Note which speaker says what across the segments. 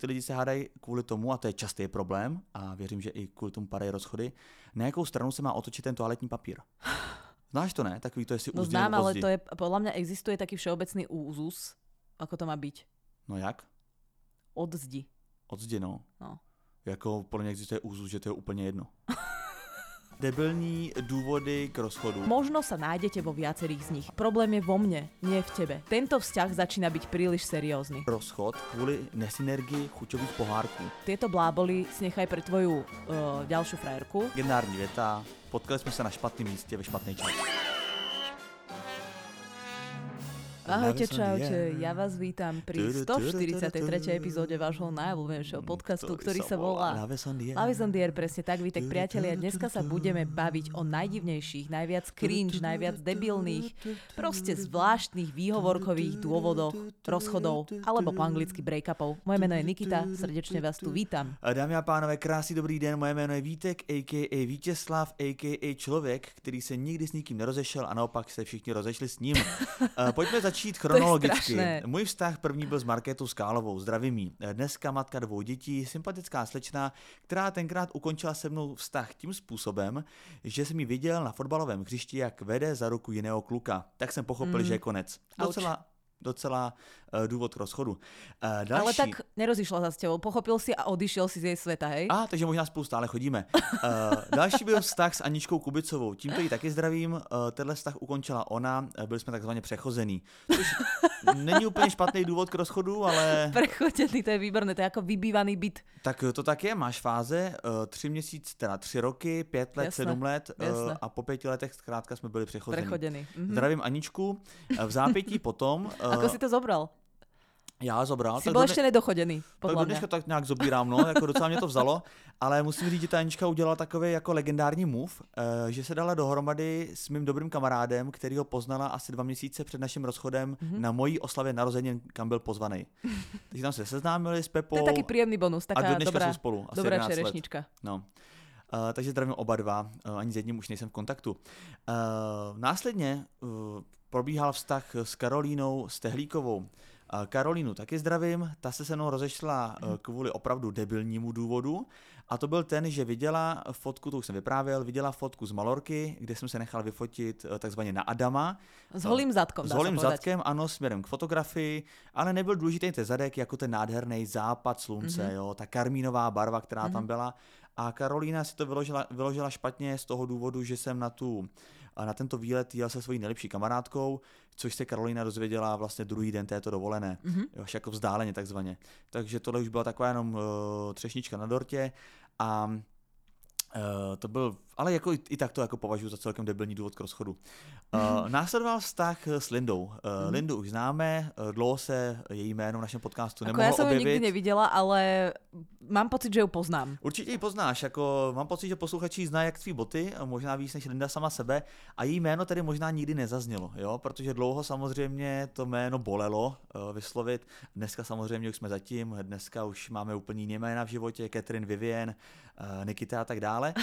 Speaker 1: Ty lidi se hádají kvůli tomu, a to je častý problém, a věřím, že i kvůli tomu padají rozchody, na jakou stranu se má otočit ten toaletní papír. Znáš to, ne? Takový to, jestli
Speaker 2: No
Speaker 1: úzdy
Speaker 2: znám,
Speaker 1: nebo
Speaker 2: ale
Speaker 1: pozdi.
Speaker 2: to je, podľa mňa existuje taký všeobecný úzus, ako to má byť.
Speaker 1: No jak?
Speaker 2: Od zdi.
Speaker 1: Od zdi, no.
Speaker 2: No.
Speaker 1: Jako podle mě existuje úzus, že to je úplně jedno. Debilní důvody k rozchodu.
Speaker 2: Možno sa nájdete vo viacerých z nich. Problém je vo mne, nie v tebe. Tento vzťah začína byť príliš seriózny.
Speaker 1: Rozchod kvůli nesynergii chuťových pohárků.
Speaker 2: Tieto bláboli si nechaj pre tvoju e, ďalšiu frajerku.
Speaker 1: Generární věta. Potkali jsme se na špatném místě ve špatný čas.
Speaker 2: Ahojte,
Speaker 1: Dáve sa mi
Speaker 2: čaute,
Speaker 1: je.
Speaker 2: ja vás vítam pri
Speaker 1: Tudu, tudu, tudu,
Speaker 2: 143.
Speaker 1: tudu.
Speaker 2: epizóde vášho najobľúbenejšieho podcastu, ktorý sa volá
Speaker 1: Love is on the air.
Speaker 2: Lavis on the Air, presne tak, vítek
Speaker 1: Tudu,
Speaker 2: priatelia.
Speaker 1: tudu,
Speaker 2: Dneska sa
Speaker 1: tudu.
Speaker 2: budeme baviť o najdivnejších, najviac cringe, najviac debilných, proste zvláštnych výhovorkových dôvodoch, rozchodov, alebo po anglicky breakupov. Moje meno je Nikita, srdečne vás tu vítam.
Speaker 1: Eh, Dámy a pánové, krásný dobrý den, moje jméno je Vítek, a.k.a. Vítězslav, a.k.a. člověk, který se nikdy s nikým nerozešel a naopak se všichni rozešli s ním. Eh, Pojďme začít chronologicky.
Speaker 2: strašné.
Speaker 1: Můj vztah první byl s Markétou Skálovou, zdravím jí. Eh, Dneska matka dvou dětí, sympatická slečna, která tenkrát ukončila se mnou vztah tím způsobem, že jsem ji viděl na fotbalovém hřišti, jak vede za ruku jiného kluka. Tak jsem pochopil, že je konec.
Speaker 2: Hmm. Ouch.
Speaker 1: Docela, docela eh, důvod k rozchodu. Eh, Další.
Speaker 2: Ale tak nerozišla sa s tebou, pochopil si a odišiel si z jej sveta, hej?
Speaker 1: A, takže možná spolu stále chodíme. Uh, další byl vztah s Aničkou Kubicovou. Tímto ji taky zdravím. Uh, tenhle vztah ukončila ona, eh, byli jsme takzvaně přechozený. Což není úplně špatný důvod k rozchodu, ale
Speaker 2: Prechodený, to je výborné, to je ako vybývaný byt.
Speaker 1: tak to tak je. Máš fáze, uh, tři měsíce, teda tři roky, pět let,
Speaker 2: Jasné,
Speaker 1: sedm let uh,
Speaker 2: jasné.
Speaker 1: a po pěti letech zkrátka jsme byli přechozený.
Speaker 2: Prechodený. Mhm.
Speaker 1: Zdravím Aničku. Eh, V zápětí potom,
Speaker 2: Ako
Speaker 1: uh,
Speaker 2: si to zobral?
Speaker 1: já zobral,
Speaker 2: Si
Speaker 1: tak
Speaker 2: bol
Speaker 1: do
Speaker 2: ešte nedochodený,
Speaker 1: Tak
Speaker 2: podľa
Speaker 1: do
Speaker 2: mňa.
Speaker 1: dneška to tak nějak zobírám, no, jako docela mě to vzalo, ale musím říct, že ta Anička udělala takový jako legendární move, eh, že se dala dohromady s mým dobrým kamarádem, který ho poznala asi dva měsíce před naším rozchodem
Speaker 2: Mhm.
Speaker 1: mm-hmm. na mojí oslavě narozenin, kam byl pozvaný. Takže tam se seznámili s Pepou
Speaker 2: To je taký príjemný bonus,
Speaker 1: a do
Speaker 2: taká
Speaker 1: dneška
Speaker 2: dobrá,
Speaker 1: jsou spolu, asi
Speaker 2: dobrá
Speaker 1: 11 let.
Speaker 2: čerešnička.
Speaker 1: No. Uh, takže zdravím oba dva, uh, ani s jedním už nejsem v kontaktu. Uh, následně uh, probíhal vztah s Karolínou Stehlíkovou. Uh, Karolínu taky zdravím, ta se se mnou rozešla uh, kvůli opravdu debilnímu důvodu a to byl ten, že viděla fotku, to už jsem vyprávěl, viděla fotku z Malorky, kde jsem se nechal vyfotit uh, takzvaně na Adama.
Speaker 2: S holým zadkom,
Speaker 1: S
Speaker 2: dá
Speaker 1: holým
Speaker 2: sa povedať.
Speaker 1: zadkem, ano, směrem k fotografii, ale nebyl důležitý ten zadek jako ten nádherný západ slunce,
Speaker 2: Mhm.
Speaker 1: mm-hmm. jo, ta karmínová barva, která mm-hmm. tam byla. A Karolína si to vyložila, vyložila špatně z toho důvodu, že jsem na tu a na tento výlet jel se svojí nejlepší kamarádkou, což se Karolína dozvěděla vlastně druhý den této dovolené,
Speaker 2: Mhm.
Speaker 1: mm-hmm. jo, až jako vzdáleně takzvaně. Takže tohle už byla taková jenom uh, třešnička na dortě a Uh, to byl, ale jako i, i tak to jako považuji za celkem debilní důvod k rozchodu. Uh, následoval vztah s Lindou. Uh, Lindu už známe, uh, dlouho se její jméno v našem podcastu
Speaker 2: Ako
Speaker 1: nemohlo
Speaker 2: ja som ju
Speaker 1: objevit.
Speaker 2: nikdy nevidela, ale mám pocit, že ju poznám.
Speaker 1: Určitě ji poznáš, jako mám pocit, že posluchači zná jak tvý boty, možná víc než Linda sama sebe a její jméno tedy možná nikdy nezaznělo, jo, protože dlouho samozřejmě to jméno bolelo eh, vyslovit, dneska samozřejmě už jsme zatím, dneska už máme úplně jiné jména v životě, Catherine Vivien, eh, Nikita a tak dále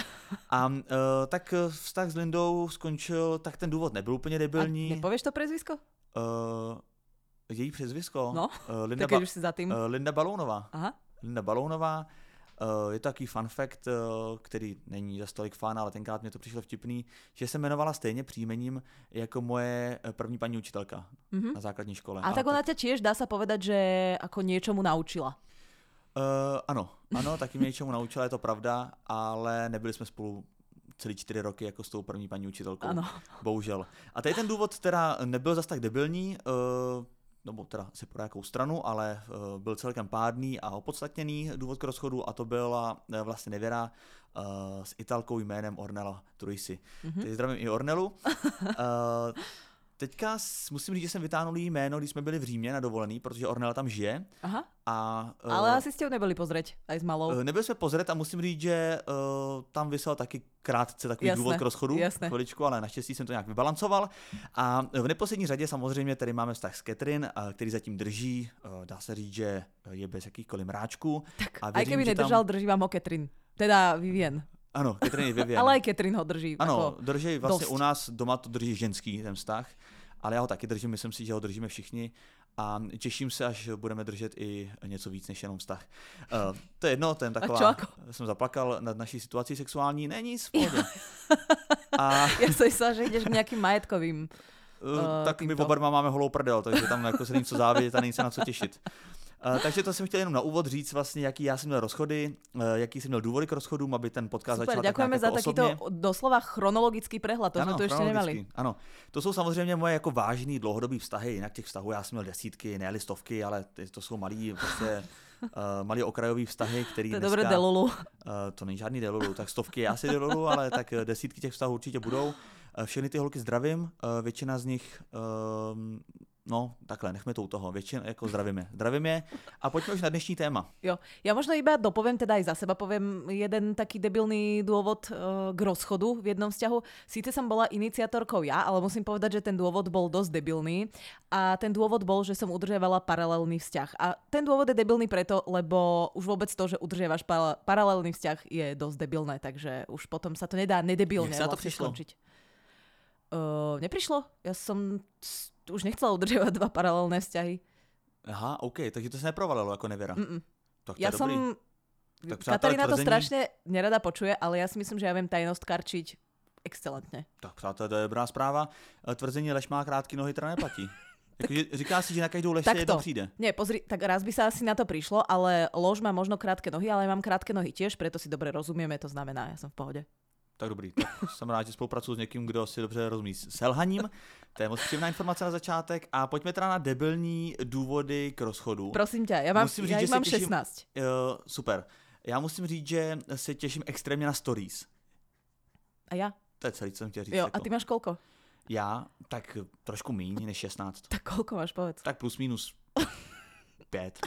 Speaker 1: a eh, tak eh, vztah s Lindou skončil, tak ten důvod nebyl úplně
Speaker 2: A
Speaker 1: debilní,
Speaker 2: nepovieš to prezvisko?
Speaker 1: Eh, její přezvisko,
Speaker 2: No,
Speaker 1: eh, Linda,
Speaker 2: Tak keď
Speaker 1: ba-
Speaker 2: už si za tým.
Speaker 1: eh, Linda Balounová.
Speaker 2: Aha.
Speaker 1: Linda Balounová. Eh, Je to takový fun fact, eh, který není zas tolik fan, ale tenkrát mě to přišlo vtipný, že se jmenovala stejně příjmením jako moje eh, první paní učitelka
Speaker 2: Mhm.
Speaker 1: na základní škole.
Speaker 2: A
Speaker 1: Ale
Speaker 2: tak ona ťa tiež, dá sa povedať, že ako niečomu naučila.
Speaker 1: Eh, ano, ano, taky mě něčemu naučila, je to pravda, ale nebyli jsme spolu celý čtyři roky jako s tou první paní učitelkou.
Speaker 2: Áno.
Speaker 1: Bohužel. A tady ten důvod teda nebyl zas tak debilní, eh, nebo teda si pro nějakou stranu, ale eh, byl celkem pádný a opodstatněný důvod k rozchodu a to byla eh, vlastně nevěra eh, s italkou jménem Ornella Truisi. Mm-hmm. Teď zdravím i Ornelu. Eh, Teďka s- musím říct, že jsem vytáhnul její jméno, když jsme byli v Římě na dovolený, protože Ornella tam žije.
Speaker 2: Aha.
Speaker 1: A, eh,
Speaker 2: Ale asi ste ju neboli pozrieť, aj s malou.
Speaker 1: Eh, Nebyl jsme pozret a musím říct, že uh, tam vysel taky krátce takový
Speaker 2: Jasné,
Speaker 1: důvod k rozchodu,
Speaker 2: jasné.
Speaker 1: chviličku, ale naštěstí jsem to nějak vybalancoval. A eh, v neposlední řadě samozřejmě tady máme vztah s Catherine, eh, který zatím drží, eh, dá se říct, že je bez jakýchkoliv mráčků. Tak, a
Speaker 2: Aj keby
Speaker 1: že
Speaker 2: nedržal, drží vám ho Katrin. Teda Vivien.
Speaker 1: Ano, Catherine je Vivian.
Speaker 2: Ale aj Katrin ho drží.
Speaker 1: Ano,
Speaker 2: ako-
Speaker 1: drží vlastně
Speaker 2: dost.
Speaker 1: u nás doma to drží ženský ten vztah, ale já ho taky držím, myslím si, že ho držíme všichni. a těším se, až budeme držet i něco víc než jenom vztah. Uh, to je jedno, to je taková...
Speaker 2: čo ako?
Speaker 1: Jsem zaplakal nad naší situací sexuální, není nic v pohodě. A eh,
Speaker 2: Ja som sa, že ideš k nejakým majetkovým.
Speaker 1: Uh,
Speaker 2: Eh,
Speaker 1: tak my
Speaker 2: týmto.
Speaker 1: oba dva máme holou prdel, takže tam jako se není co závidět a není se na co těšit. Uh, takže to jsem chtěl jenom na úvod říct vlastně, jaký já jsem měl rozchody, uh, jaký jsem měl důvody k rozchodům, aby ten podcast
Speaker 2: Super,
Speaker 1: začal tak
Speaker 2: ďakujeme
Speaker 1: nějak
Speaker 2: za
Speaker 1: jako osobně.
Speaker 2: takýto doslova chronologický prehľad, to sme tu ešte nemali.
Speaker 1: chronologicky, Ano, to jsou samozřejmě moje jako vážný dlouhodobý vztahy, jinak těch vztahů já jsem měl desítky, ne listovky, ale ty- to jsou malý, prostě, uh, malý okrajový vztahy, který
Speaker 2: To je
Speaker 1: dneska,
Speaker 2: dobré delulu.
Speaker 1: Eh, to není žádný delulu, tak stovky je asi delulu, ale tak eh, desítky těch vztahů určitě budou. Eh, Všechny ty holky zdravím, eh, většina z nich, ehm, no takhle, nechme to u toho, většina, jako zdravíme, zdravím je a pojďme už na dnešní téma.
Speaker 2: Jo. Ja možno iba dopoviem, teda aj za seba poviem jeden taký debilný dôvod eh, k rozchodu v jednom vzťahu. Síce som bola iniciatorkou ja, ale musím povedať, že ten dôvod bol dosť debilný. A ten dôvod bol, že som udržiavala paralelný vzťah. A ten dôvod je debilný preto, lebo už vôbec to, že udržiavaš pa- paralelný vzťah je dosť debilné, takže už potom sa to nedá nedebilne
Speaker 1: Jak sa na to
Speaker 2: vlastne
Speaker 1: prišlo?
Speaker 2: skončiť. Uh, neprišlo. Ja som s- už nechcela udržiavať dva paralelné vzťahy.
Speaker 1: Aha, OK, takže to se neprovalilo jako nevěra.
Speaker 2: Mm-mm.
Speaker 1: Tak to
Speaker 2: Ja
Speaker 1: je dobrý.
Speaker 2: som...
Speaker 1: Tak přátelé,
Speaker 2: Katarína Mm, to
Speaker 1: tvrzení-
Speaker 2: strašne nerada počuje, ale ja si myslím, že ja viem tajnosť karčiť excelentne.
Speaker 1: Tak přátelé, to je dobrá zpráva. Eh, Tvrzení lež má krátké nohy, teda neplatí. Jakože říká si, že na každou lež se
Speaker 2: Takto.
Speaker 1: jedno přijde.
Speaker 2: Nie, pozri, tak raz by sa asi na to prišlo, ale lož má možno krátke nohy, ale ja mám krátke nohy tiež, preto si dobre rozumieme, to znamená, ja som v pohode.
Speaker 1: Tak dobrý, tak jsem rád, že spolupracuji s někým, kdo si dobře rozumí s selhaním. To je moc příjemná informace na začátek. A pojďme teda na debilní důvody k rozchodu.
Speaker 2: Prosím ťa, ja, mám,
Speaker 1: Musím
Speaker 2: ja
Speaker 1: říct,
Speaker 2: ich
Speaker 1: že sa
Speaker 2: mám
Speaker 1: teším.
Speaker 2: 16.
Speaker 1: Uh, super. Já musím říct, že se těším extrémně na stories.
Speaker 2: A ja?
Speaker 1: To je celý, co jsem chtěl říct.
Speaker 2: Jo,
Speaker 1: jako.
Speaker 2: a ty máš koľko?
Speaker 1: Já tak trošku míň než 16.
Speaker 2: Tak koľko máš, povedz.
Speaker 1: Tak plus minus 5.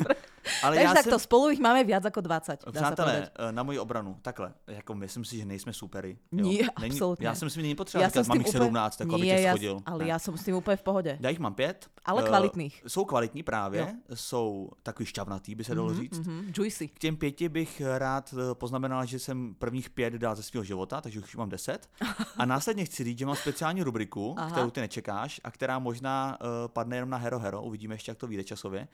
Speaker 2: Ale
Speaker 1: Ale
Speaker 2: Takže
Speaker 1: já
Speaker 2: takto,
Speaker 1: jsem...
Speaker 2: spolu ich máme viac ako 20, dá sa povedať.
Speaker 1: Přátelé, eh, na moji obranu, takhle, jako myslím si, že nejsme superi.
Speaker 2: Ní, absolutně.
Speaker 1: Já si myslím, že není potřeba ja říkat,
Speaker 2: s
Speaker 1: mám
Speaker 2: tým
Speaker 1: jich 17, tak abych
Speaker 2: Nie,
Speaker 1: tě
Speaker 2: ja,
Speaker 1: schodil.
Speaker 2: ale
Speaker 1: Ne.
Speaker 2: ja som s tým úplne v pohode.
Speaker 1: Já jich mám pět.
Speaker 2: Ale
Speaker 1: eh,
Speaker 2: kvalitných.
Speaker 1: Jsou kvalitní právě, jsou takový šťavnatý, by se dalo říct.
Speaker 2: Mhm, juicy.
Speaker 1: K těm pěti bych rád eh, poznamenal, že jsem prvních pět dal ze svého života, takže už mám deset. A následně chci říct, že mám speciální rubriku,
Speaker 2: Aha.
Speaker 1: Aha. kterou ty nečekáš a která možná uh, padne jenom na Hero Hero, uvidíme ještě, jak to vyjde časově.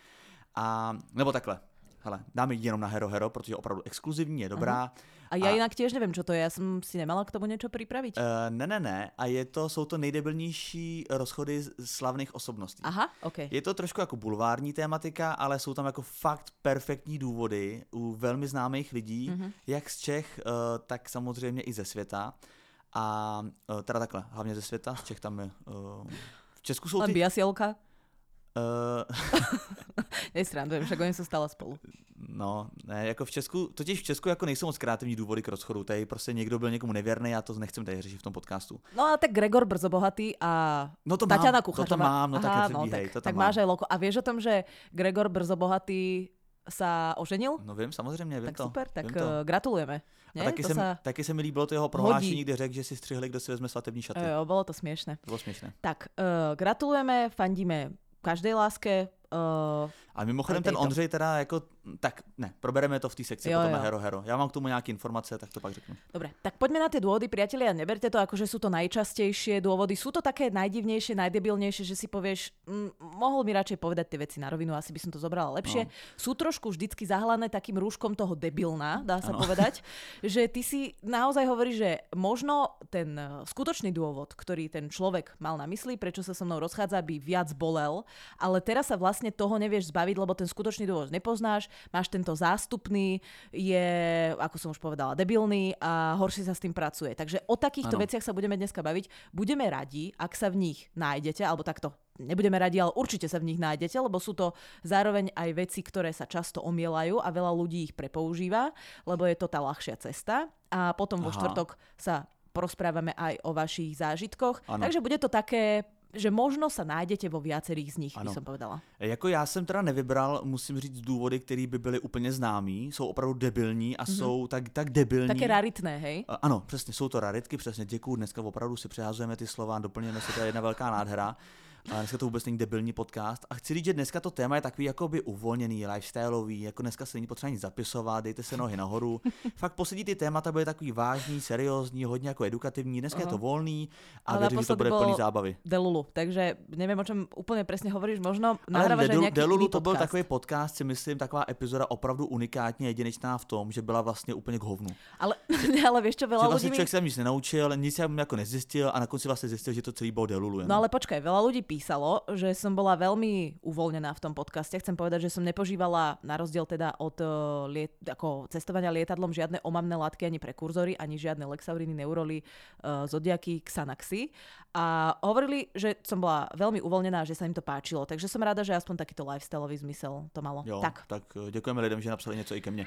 Speaker 1: A, nebo takhle, hele, dáme ji jenom na Hero Hero, protože je opravdu exkluzivní, je dobrá.
Speaker 2: A ja
Speaker 1: A-
Speaker 2: inak tiež neviem, čo to je. Ja som si nemala k tomu niečo pripraviť.
Speaker 1: Uh, ne, ne, ne, a je to, jsou to nejdebilnější rozchody z- slavných osobností.
Speaker 2: Aha, OK.
Speaker 1: Je to trošku jako bulvární tématika, ale jsou tam jako fakt perfektní důvody u velmi známých lidí,
Speaker 2: Mhm.
Speaker 1: mm-hmm. jak z Čech, eh, tak samozřejmě i ze světa. A eh, teda takhle, hlavně ze světa, z Čech tam je. eh, V Česku jsou
Speaker 2: Len
Speaker 1: ty...
Speaker 2: biasielka.
Speaker 1: eh,
Speaker 2: Nesrandujem, však oni sú stále spolu.
Speaker 1: No, ne, jako v Česku, totiž v Česku jako nejsou moc kreativní důvody k rozchodu, tady prostě někdo byl někomu nevěrný, já to nechcem tady řešit v tom podcastu.
Speaker 2: No a tak Gregor Brzo bohatý a
Speaker 1: No to mám,
Speaker 2: Tatiana
Speaker 1: to
Speaker 2: Kuchařová.
Speaker 1: tam mám, no tak
Speaker 2: Aha,
Speaker 1: nepředbíhej,
Speaker 2: tak,
Speaker 1: to tam
Speaker 2: tak
Speaker 1: mám.
Speaker 2: máš aj loko. A vieš o tom, že Gregor Brzo bohatý sa oženil?
Speaker 1: No vím, samozřejmě, vím
Speaker 2: tak
Speaker 1: to.
Speaker 2: super, tak
Speaker 1: vím to.
Speaker 2: eh, gratulujeme.
Speaker 1: A
Speaker 2: Nie?
Speaker 1: taky
Speaker 2: to
Speaker 1: se,
Speaker 2: sa...
Speaker 1: sa... taky se mi líbilo to jeho prohlášení, kde řekl, že si střihli, kdo si vezme svatební šaty.
Speaker 2: Jo, Eh, bolo to smiešne.
Speaker 1: To bylo směšné.
Speaker 2: Tak, eh, gratulujeme, fandíme každej láske. eh,
Speaker 1: A mimochodem ten
Speaker 2: Dej to.
Speaker 1: Ondřej teda jako, tak ne, probereme to v té sekci
Speaker 2: Jo,
Speaker 1: jo, potom jo. na
Speaker 2: jo.
Speaker 1: Hero Hero. Já mám k tomu nějaké informace, tak to pak řeknu.
Speaker 2: Dobre, tak poďme na tie dôvody, priatelia, neberte to ako, že sú to najčastejšie dôvody. Sú to také najdivnejšie, najdebilnejšie, že si povieš, mm, mohol mi radšej povedať tie veci na rovinu, asi by som to zobrala lepšie. No. Sú trošku vždycky zahlané takým rúškom toho debilná, dá sa ano. povedať, že ty si naozaj hovoríš, že možno ten eh, skutočný dôvod, ktorý ten človek mal na mysli, prečo sa so mnou rozchádza, by viac bolel, ale teraz sa vlastne toho nevieš zbaviť, lebo ten skutočný dôvod nepoznáš, máš tento zástupný, je, ako som už povedala, debilný a horšie sa s tým pracuje. Takže o takýchto
Speaker 1: Áno.
Speaker 2: veciach sa budeme dneska baviť. Budeme radi, ak sa v nich nájdete, alebo takto nebudeme radi, ale určite sa v nich nájdete, lebo sú to zároveň aj veci, ktoré sa často omielajú a veľa ľudí ich prepoužíva, lebo je to tá ľahšia cesta. A potom vo
Speaker 1: Aha.
Speaker 2: štvrtok sa porozprávame aj o vašich zážitkoch.
Speaker 1: Áno.
Speaker 2: Takže bude to také, že možno sa nájdete vo viacerých z nich, by
Speaker 1: Áno.
Speaker 2: som povedala.
Speaker 1: Jako já jsem teda nevybral, musím říct, důvody, které by byly úplně známý, jsou opravdu debilní
Speaker 2: Mhm.
Speaker 1: a mm-hmm. jsou tak, tak debilní.
Speaker 2: Také raritné, hej?
Speaker 1: A- Ano, přesně, jsou to raritky, přesně, děkuju, dneska opravdu si přeházujeme ty slova, doplňujeme si to je jedna velká nádhera. A dneska to vůbec není debilní podcast. A chci říct, že dneska to téma je takový jakoby uvolněný, lifestyleový, jako dneska se není potřeba nic zapisovat, dejte se nohy nahoru. Fakt poslední ty témata byly takový vážný, seriózní, hodně jako edukativní, dneska Aha. je to volný a
Speaker 2: Ale
Speaker 1: věřím, že to
Speaker 2: naposledy
Speaker 1: bude
Speaker 2: bolo
Speaker 1: plný zábavy.
Speaker 2: Delulu, takže neviem, o čom úplne presne hovoríš, možno
Speaker 1: Ale
Speaker 2: nahrávaš aj
Speaker 1: Delu-
Speaker 2: nejaký
Speaker 1: Delulu
Speaker 2: iný
Speaker 1: to byl
Speaker 2: podcast.
Speaker 1: takový podcast, si myslím, taková epizoda opravdu unikátně jedinečná v tom, že byla vlastně úplně k hovnu.
Speaker 2: Ale, ale vieš
Speaker 1: Že
Speaker 2: čo, veľa ľudí
Speaker 1: vlastně
Speaker 2: mi...
Speaker 1: člověk se tam nic nenaučil, nic jsem jako nezjistil a nakonec si vlastně zjistil, že to celý bylo Delulu. Jenom.
Speaker 2: No ale počkaj, veľa ľudí písalo, že som bola veľmi uvoľnená v tom podcaste. Chcem povedať, že som nepožívala, na rozdiel teda od eh, liet, ako cestovania lietadlom, žiadne omamné látky ani prekurzory, ani žiadne lexauriny, neuroly, uh, zodiaky, xanaxy. A hovorili, že som bola veľmi uvoľnená, a že sa im to páčilo. Takže som rada, že aspoň takýto lifestyleový zmysel to malo.
Speaker 1: Jo,
Speaker 2: Tak.
Speaker 1: tak. tak eh, děkujeme lidem, že napsali něco i ke mně.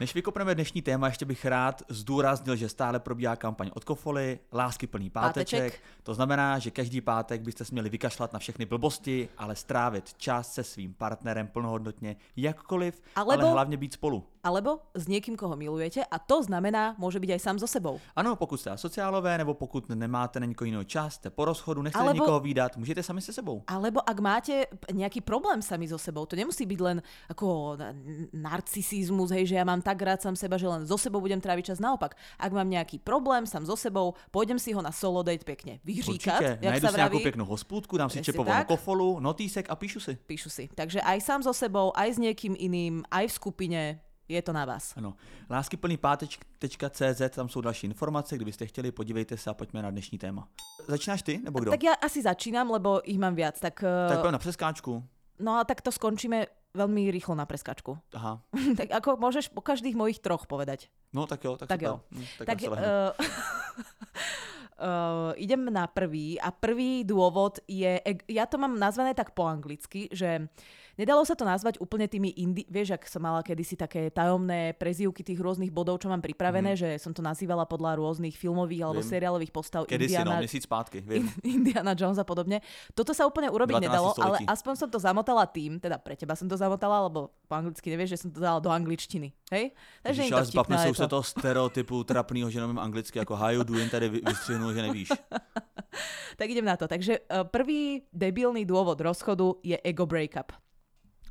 Speaker 1: Než vykopneme dnešní téma, ještě bych rád zdůraznil, že stále probíhá kampaň od Kofoly, lásky plný páteček.
Speaker 2: Páteček.
Speaker 1: To znamená, že každý pátek byste se měli vykašlat na všechny blbosti, ale strávit čas se svým partnerem plnohodnotně, jakkoliv,
Speaker 2: Alebo-
Speaker 1: ale hlavně být spolu.
Speaker 2: Alebo s niekým, koho milujete a to znamená, môže byť aj sám so sebou.
Speaker 1: Ano, pokud jste asociálové, nebo pokud nemáte na nikoho jiného čas, jste po rozchodu, nechcete
Speaker 2: Alebo-
Speaker 1: nikoho výdat, můžete sami se sebou.
Speaker 2: Alebo ak máte p- nejaký problém sami so sebou, to nemusí byť len ako na- n- narcisizmus, hej, že ja mám tak rád sám seba, že len so sebou budem tráviť čas. Naopak, ak mám nejaký problém sám so sebou, pôjdem si ho na solo date pekne vyhříkať, jak
Speaker 1: najdu
Speaker 2: sa
Speaker 1: si nějakou
Speaker 2: vraví,
Speaker 1: pěknou hospůdku, dám si
Speaker 2: Presne
Speaker 1: čepovou
Speaker 2: tak.
Speaker 1: kofolu, notýsek a píšu si.
Speaker 2: píšu si. Takže aj sám so sebou, aj s niekým iným, aj v skupine, je to na vás.
Speaker 1: Ano. Láskyplný páteč.cz, tam jsou další informace, kdybyste chtěli, podívejte se a pojďme na dnešní téma. Začínáš ty, nebo kdo?
Speaker 2: Tak ja asi začínam, lebo ich mám viac. Tak,
Speaker 1: tak
Speaker 2: tak
Speaker 1: pojďme na přeskáčku.
Speaker 2: no a tak to skončíme veľmi rýchlo na preskačku.
Speaker 1: Aha.
Speaker 2: tak ako môžeš po každých mojich troch povedať.
Speaker 1: No tak jo, tak,
Speaker 2: Tak
Speaker 1: super.
Speaker 2: jo.
Speaker 1: Hm, tak,
Speaker 2: Tak,
Speaker 1: tak
Speaker 2: uh, uh, idem na prvý a prvý dôvod je, eg- ja to mám nazvané tak po anglicky, že nedalo sa to nazvať úplne tými indi, vieš, ak som mala kedysi také tajomné prezývky tých rôznych bodov, čo mám pripravené, že som to nazývala podľa rôznych filmových alebo
Speaker 1: Mhm. Viem.
Speaker 2: seriálových postav
Speaker 1: Kedy si, no,
Speaker 2: Indiana,
Speaker 1: měsíc zpátky, vím.
Speaker 2: Indiana Jones a podobne. Toto sa úplne urobiť
Speaker 1: 19.
Speaker 2: nedalo, ale
Speaker 1: století.
Speaker 2: aspoň som to zamotala tým, teda pre teba som to zamotala, lebo po anglicky nevieš, že som to dala do angličtiny. Hej? Takže nie je to
Speaker 1: ale
Speaker 2: vtipné,
Speaker 1: zbavme
Speaker 2: ale
Speaker 1: se
Speaker 2: je
Speaker 1: už se toho stereotypu trapného, že nevím anglicky, jako how you doing tady vy- vystřihnul, že nevíš.
Speaker 2: Tak idem na to. Takže eh, prvý debilný dôvod rozchodu je ego breakup.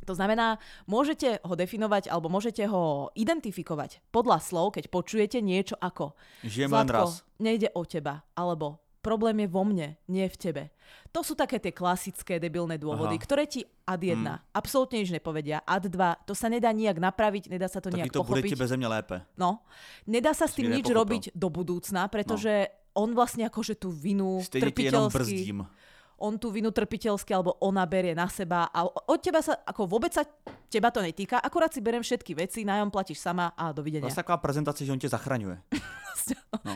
Speaker 2: To znamená, môžete ho definovať alebo môžete ho identifikovať podľa slov, keď počujete niečo ako
Speaker 1: Žijem len raz.
Speaker 2: nejde o teba, alebo problém je vo mne, nie v tebe. To sú také tie klasické debilné dôvody,
Speaker 1: Aha. Hmm.
Speaker 2: ktoré ti ad 1 absolútne nič nepovedia, ad 2 to sa nedá nijak napraviť, nedá sa to
Speaker 1: Taky
Speaker 2: nejak
Speaker 1: to bude
Speaker 2: pochopiť.
Speaker 1: ti beze mě lépe.
Speaker 2: No, nedá sa s tým
Speaker 1: Smírne
Speaker 2: nič
Speaker 1: pochopil.
Speaker 2: robiť do budúcna, pretože on vlastne akože tú vinu
Speaker 1: Stejně No. ti jenom
Speaker 2: trpiteľsky,
Speaker 1: brzdím.
Speaker 2: on tú vinu trpiteľsky alebo ona berie na seba a o- od teba sa, ako vôbec sa teba to netýka, akurát si berem všetky veci, nájom platíš sama a dovidenia.
Speaker 1: Vlastně taková prezentace, že on tě zachraňuje.